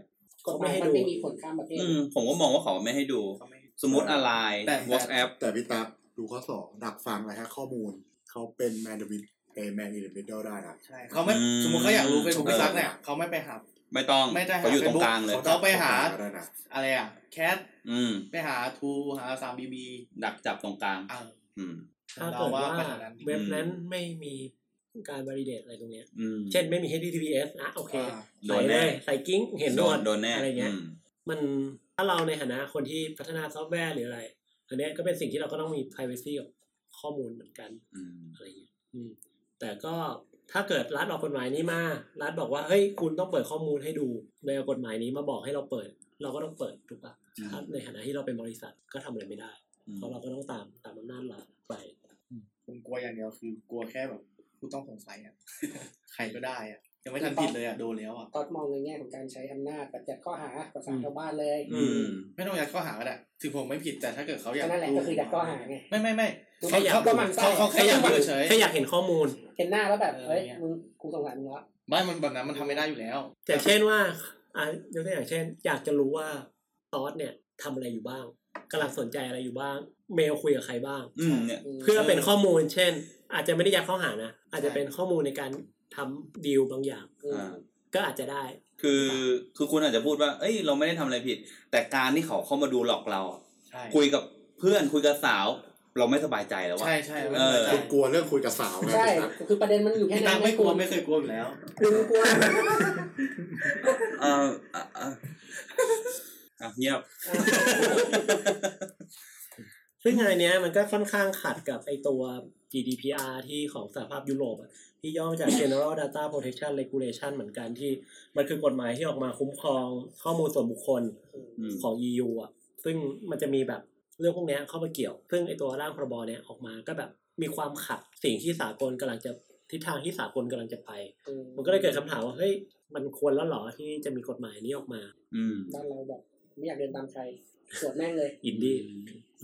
กฎหมายมันไม่มีผลข้ามประเทศ อืมผมก็มองว่าเขาไม่ให้ดู เขาไม่ สมมติอะไร แต่ WhatsApp แต่พี่ตั๊กดูข้อสองดักฟังและให้ข้อมูล เขาเป็นแมนดวิดเอแมนอินเดมิดเดิลได้นะ ใช่เขาไม่ อืม สมมติเขาอยากรู้เฟซบุ๊ก เออ พี่ซักเนี่ยเขาไม่ไปหา ไม่ต้อง ไม่ได้หา เขาอยู่ตรง Facebook กลางเลย เขาต้องไปหา ได้นะ อะไรอ่ะแคท อืม ไปหาทูหาสามบีบี ดักจับตรงกลาง อ่ะ อืม ถ้าเกิดว่า ปัญหานั้นดี เว็บนั้นไม่มีการ validate อะไรตรงเนี้ย อืม เช่นไม่มี HTTPS อ่ะโอเค อ่า โด ใส่ น เล แน่ ยใส่กิ้งเห็น โด โด น น โดนแน่ อะไรเงี้ย ม มันถ้าเราในฐานะคนที่พัฒนาซอฟต์แวร์หรืออะไรอันเนี้ยก็เป็นสิ่งที่เราก็ต้องมี privacy กับข้อมูลเหมือนกัน อืม อะไรอย่างเงี้ยอืมแต่ก็ถ้าเกิดรัฐออกกฎหมายนี้มารัฐบอกว่าเฮ้ยคุณต้องเปิดข้อมูลให้ดูในกฎหมายนี้มาบอกให้เราเปิด เราก็ต้องเปิดถูกปะ อืม ครับในฐานะที่เราเป็นบริษัทก็ทำอะไรไม่ได้ อืม เพราะเราก็ต้องตามตามอำนาจรัฐไป ผมกลัวอย่างเดียวคือกลัวแค่แบบผู้ต้องสงสัยอ่ะ ใครก็ได้อ่ะยังไม่ทันผิดเลยอ่ะโดนแล้วอ่ะ ตอดมองในแง่ของการใช้อำนาจแบบจัดข้อหาภาษาชาวบ้านเลย อืม ไม่ต้องยัดข้อหาก็ได้ถึงผมไม่ผิดแต่ถ้าเกิดเขาอยาก นั่นแหละก็คืออยากข้อหาไง ไม่ไม่ไม่ แค่อยาก เขา ก็มันไส้ เขาเขาแค่อยากดูเฉย แค่อยากเห็นข้อมูล เห็นหน้าแล้วแบบเฮ้ย เออเนี่ย มึงกูสงสารมึงแล้ว ไม่มันแบบนั้นมันทำไม่ได้อยู่แล้ว แต่เช่นว่าอ่ะยกตัวอย่างเช่น อยากจะรู้ว่าตอสเนี่ยทำอะไรอยู่บ้างกำลังสนใจอะไรอยู่บ้าง เมลคุยกับใครบ้าง อืมเนี่ย เพื่อเป็นข้อมูล เช่น อาจจะไม่ได้ยัดข้อหานะ อาจจะเป็นข้อมูลในการทำดีลบางอย่าง อ่า ก็อาจจะได้ คือคือคุณอาจจะพูดว่า เอ้ยเราไม่ได้ทำอะไรผิด แต่การที่เขาเข้ามาดูหลอกเราอะ ใช่ คุยกับเพื่อนคุยกับสาว เราไม่สบายใจแล้วว่า ใช่ใช่ เออ คุณกลัวเรื่องคุยกับสาวนะ ใช่ พี่ตั๊ก คือประเด็นมันอยู่แค่ พี่ตั นั้ ง น ไม่กลัวไม่เคยกลัวอยู่แล้ว คุณกลัวอ่ะ เออเอ่อเอ่ออ่ะเงียบ ซึ่งอันเนี้ยมันก็ค่อนข้างขัดกับไอตัว GDPR ที่ของสหภาพยุโรปอะที่ย่อมาจาก General Data Protection Regulation เหมือนกันที่มันคือกฎหมายที่ออกมาคุ้มครองข้อมูลส่วนบุคคล อืม ของ EU อ่ะซึ่งมันจะมีแบบเรื่องพวกเนี้ยเข้ามาเกี่ยว ซึ่งไอตัวร่างพรบเนี้ยออกมาก็แบบมีความขัดสิ่งที่สากลกำลังจะทิศทางที่สากลกำลังจะไป มันก็เลยเกิดคำถามว่าเฮ้ยมันควรแล้วเหรอที่จะมีกฎหมายนี้ออกมา อืม บ้านเราแบบไม่อยากเดินตามใครสวดแม่งเลย อินดี้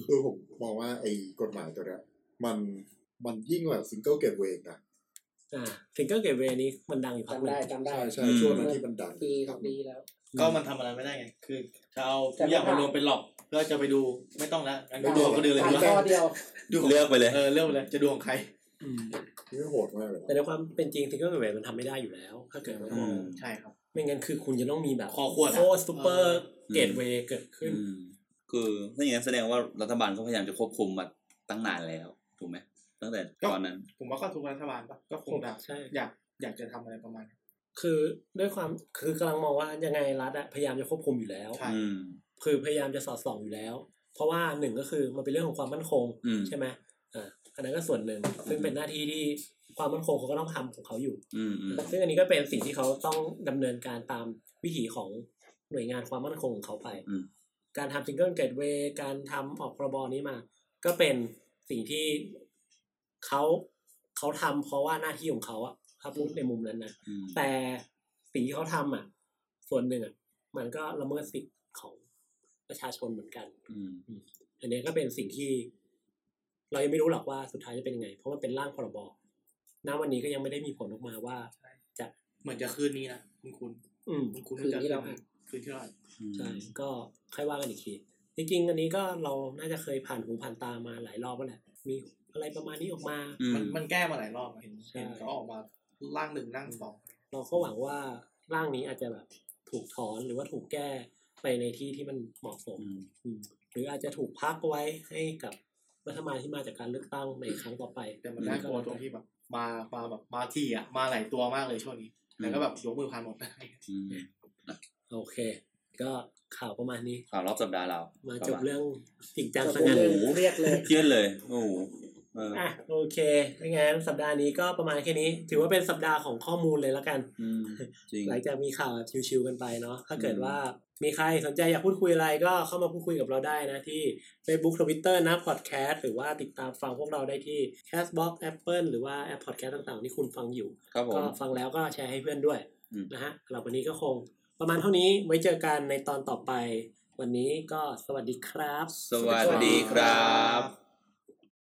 คือผมมองว่าไอ้กฎหมายตัวเนี้ยมันมันยิ่งกว่าซิงเกิลเกตเวกนะ อ่าถึงก็เก็บเวนี้มันดังอยู่พักห จำ นึ ได้ ง จำได้ ใช่ใช่ อืม ช่วงนั้นที่มันดัง ปีสองปีแล้ว ก็มันทำอะไรไม่ได้ไง คือจะเอาทุกอย่างมารวมเป็นหลอกเพื่อจะไปดูไม่ต้องละงั้นก็ดูของคนอื่นเลย ขา ดี ย ก ข้ ว่า อเดียว ดูของ เลือกไปเลย เออเลือกไปเลยจะดูของใคร นี่โหดมากเลย แต่ในความเป็นจริงซิงเกิลเวทมันทำไม่ได้อยู่แล้ว ถ้าเกิดว่า อืม ใช่ครับ ไม่งั้นคือคุณจะต้องมีแบบ คอขวดอะ โคตรซูเปอร์เกตเวย์เกิดขึ้น อืมคือถ้าอย่างนั้นแสดงว่ารัฐบาลก็พยายามจะควบคุมมาตั้งนานแล้ว ถูกไหมตั้งแต่ตอนนั้น ผมว่าก็ทุกรัฐบาลปะก็คงแบบ ใช่ อยากอยากจะทำอะไรประมาณนั้น คือด้วยความคือกำลังมองว่ายังไงรัฐอะพยายามจะควบคุมอยู่แล้ว ใช่ อืม คือพยายามจะสอดส่องอยู่แล้ว เพราะว่าหนึ่งก็คือมันเป็นเรื่องของความมั่นคง อืม ใช่ไหมอ่าอันนั้นก็ส่วนหนึ่งซึ่งเป็นหน้าที่ที่ความมั่นคงเขาก็ต้องทำของเขาอยู่ อืมอืม ซึ่งอันนี้ก็เป็นสิ่งที่เขาต้องดำเนินการตามวิถีของหน่วยงานความมั่นคงของเขาไป อืม การทำซิงเกิลเกตเวย์การทำออกพรบนี้มา ก็เป็นสิ่งที่เขาเขาทำเพราะว่าหน้าที่ของเขาอะถ้าพูดในมุมนั้นนะ อืม แต่สิ่งที่เขาทำอะส่วนหนึ่งอะมันก็ละเมิดสิทธิ์ของประชาชนเหมือนกัน อืม อันนี้ก็เป็นสิ่งที่ เรายังไม่รู้หรอกว่าสุดท้ายจะเป็นยังไง เพราะมันเป็นร่างพรบณวันนี้ก็ยังไม่ได้มีผลออกมาว่า จะ เหมือนจะคืนนี้นะคุณคุณ อืม คุณคุณ คืนที่เรา คืนที่เราอัด ใช่ก็ค่อยว่ากันอีกที จริงๆ อันนี้ก็เราน่าจะเคยผ่านหูผ่านตามาหลายรอบแล้วแหละ มีอะไรประมาณนี้ออกมา อืม มันมันแก้มาหลายรอบเห็น ใช่ เห็นเขาออกมาร่างหนึ่งร่างสอง เราก็หวังว่าร่างนี้อาจจะแบบถูกถอนหรือว่าถูกแก้ไปในที่ที่มันเหมาะสม อืม อืมหรืออาจจะถูกพักไว้ให้กับรัฐบาลที่มาจากการเลือกตั้งในครั้งต่อไป แต่มันน่ากลัวตรงที่แบบ มามาแบบมาทีอ่ะมาหลายตัวมากเลยช่วงนี้แล้วก็แบบยกมือผ่านหมด <laughs> เลย อืม โอเค ก็ข่าวประมาณนี้ ข่าวรอบสัปดาห์เรา มา มา จบเรื่องจริงจัง จะ ซะ พูด งั้น เรื่องเครียดเลย เครียดเลย โอ้โหเอออ อ่ะโอเคถ้างั้นสัปดาห์นี้ก็ประมาณแค่นี้ ถือว่าเป็นสัปดาห์ของข้อมูลเลยละกัน อืมจริง หลังจากมีข่าวแบบชิวๆกันไปเนาะ ถ้าเกิด อืม ว่ามีใครสนใจอยากพูดคุยอะไรก็เข้ามาพูดคุยกับเราได้นะที่ Facebook Twitter นะ Podcast หรือว่าติดตามฟังพวกเราได้ที่ Castbox Apple หรือว่าแอป Podcast ต่างๆ ที่คุณฟังอยู่ ครับผ ก็ ม ฟังแล้วก็แชร์ให้เพื่อนด้วย อืม นะฮะสำหรับวันนี้ก็คง ประมาณเท่านี้ไว้เจอกันในตอนต่อไป วันนี้ก็สวัสดีครับ สวัสดีครับ บ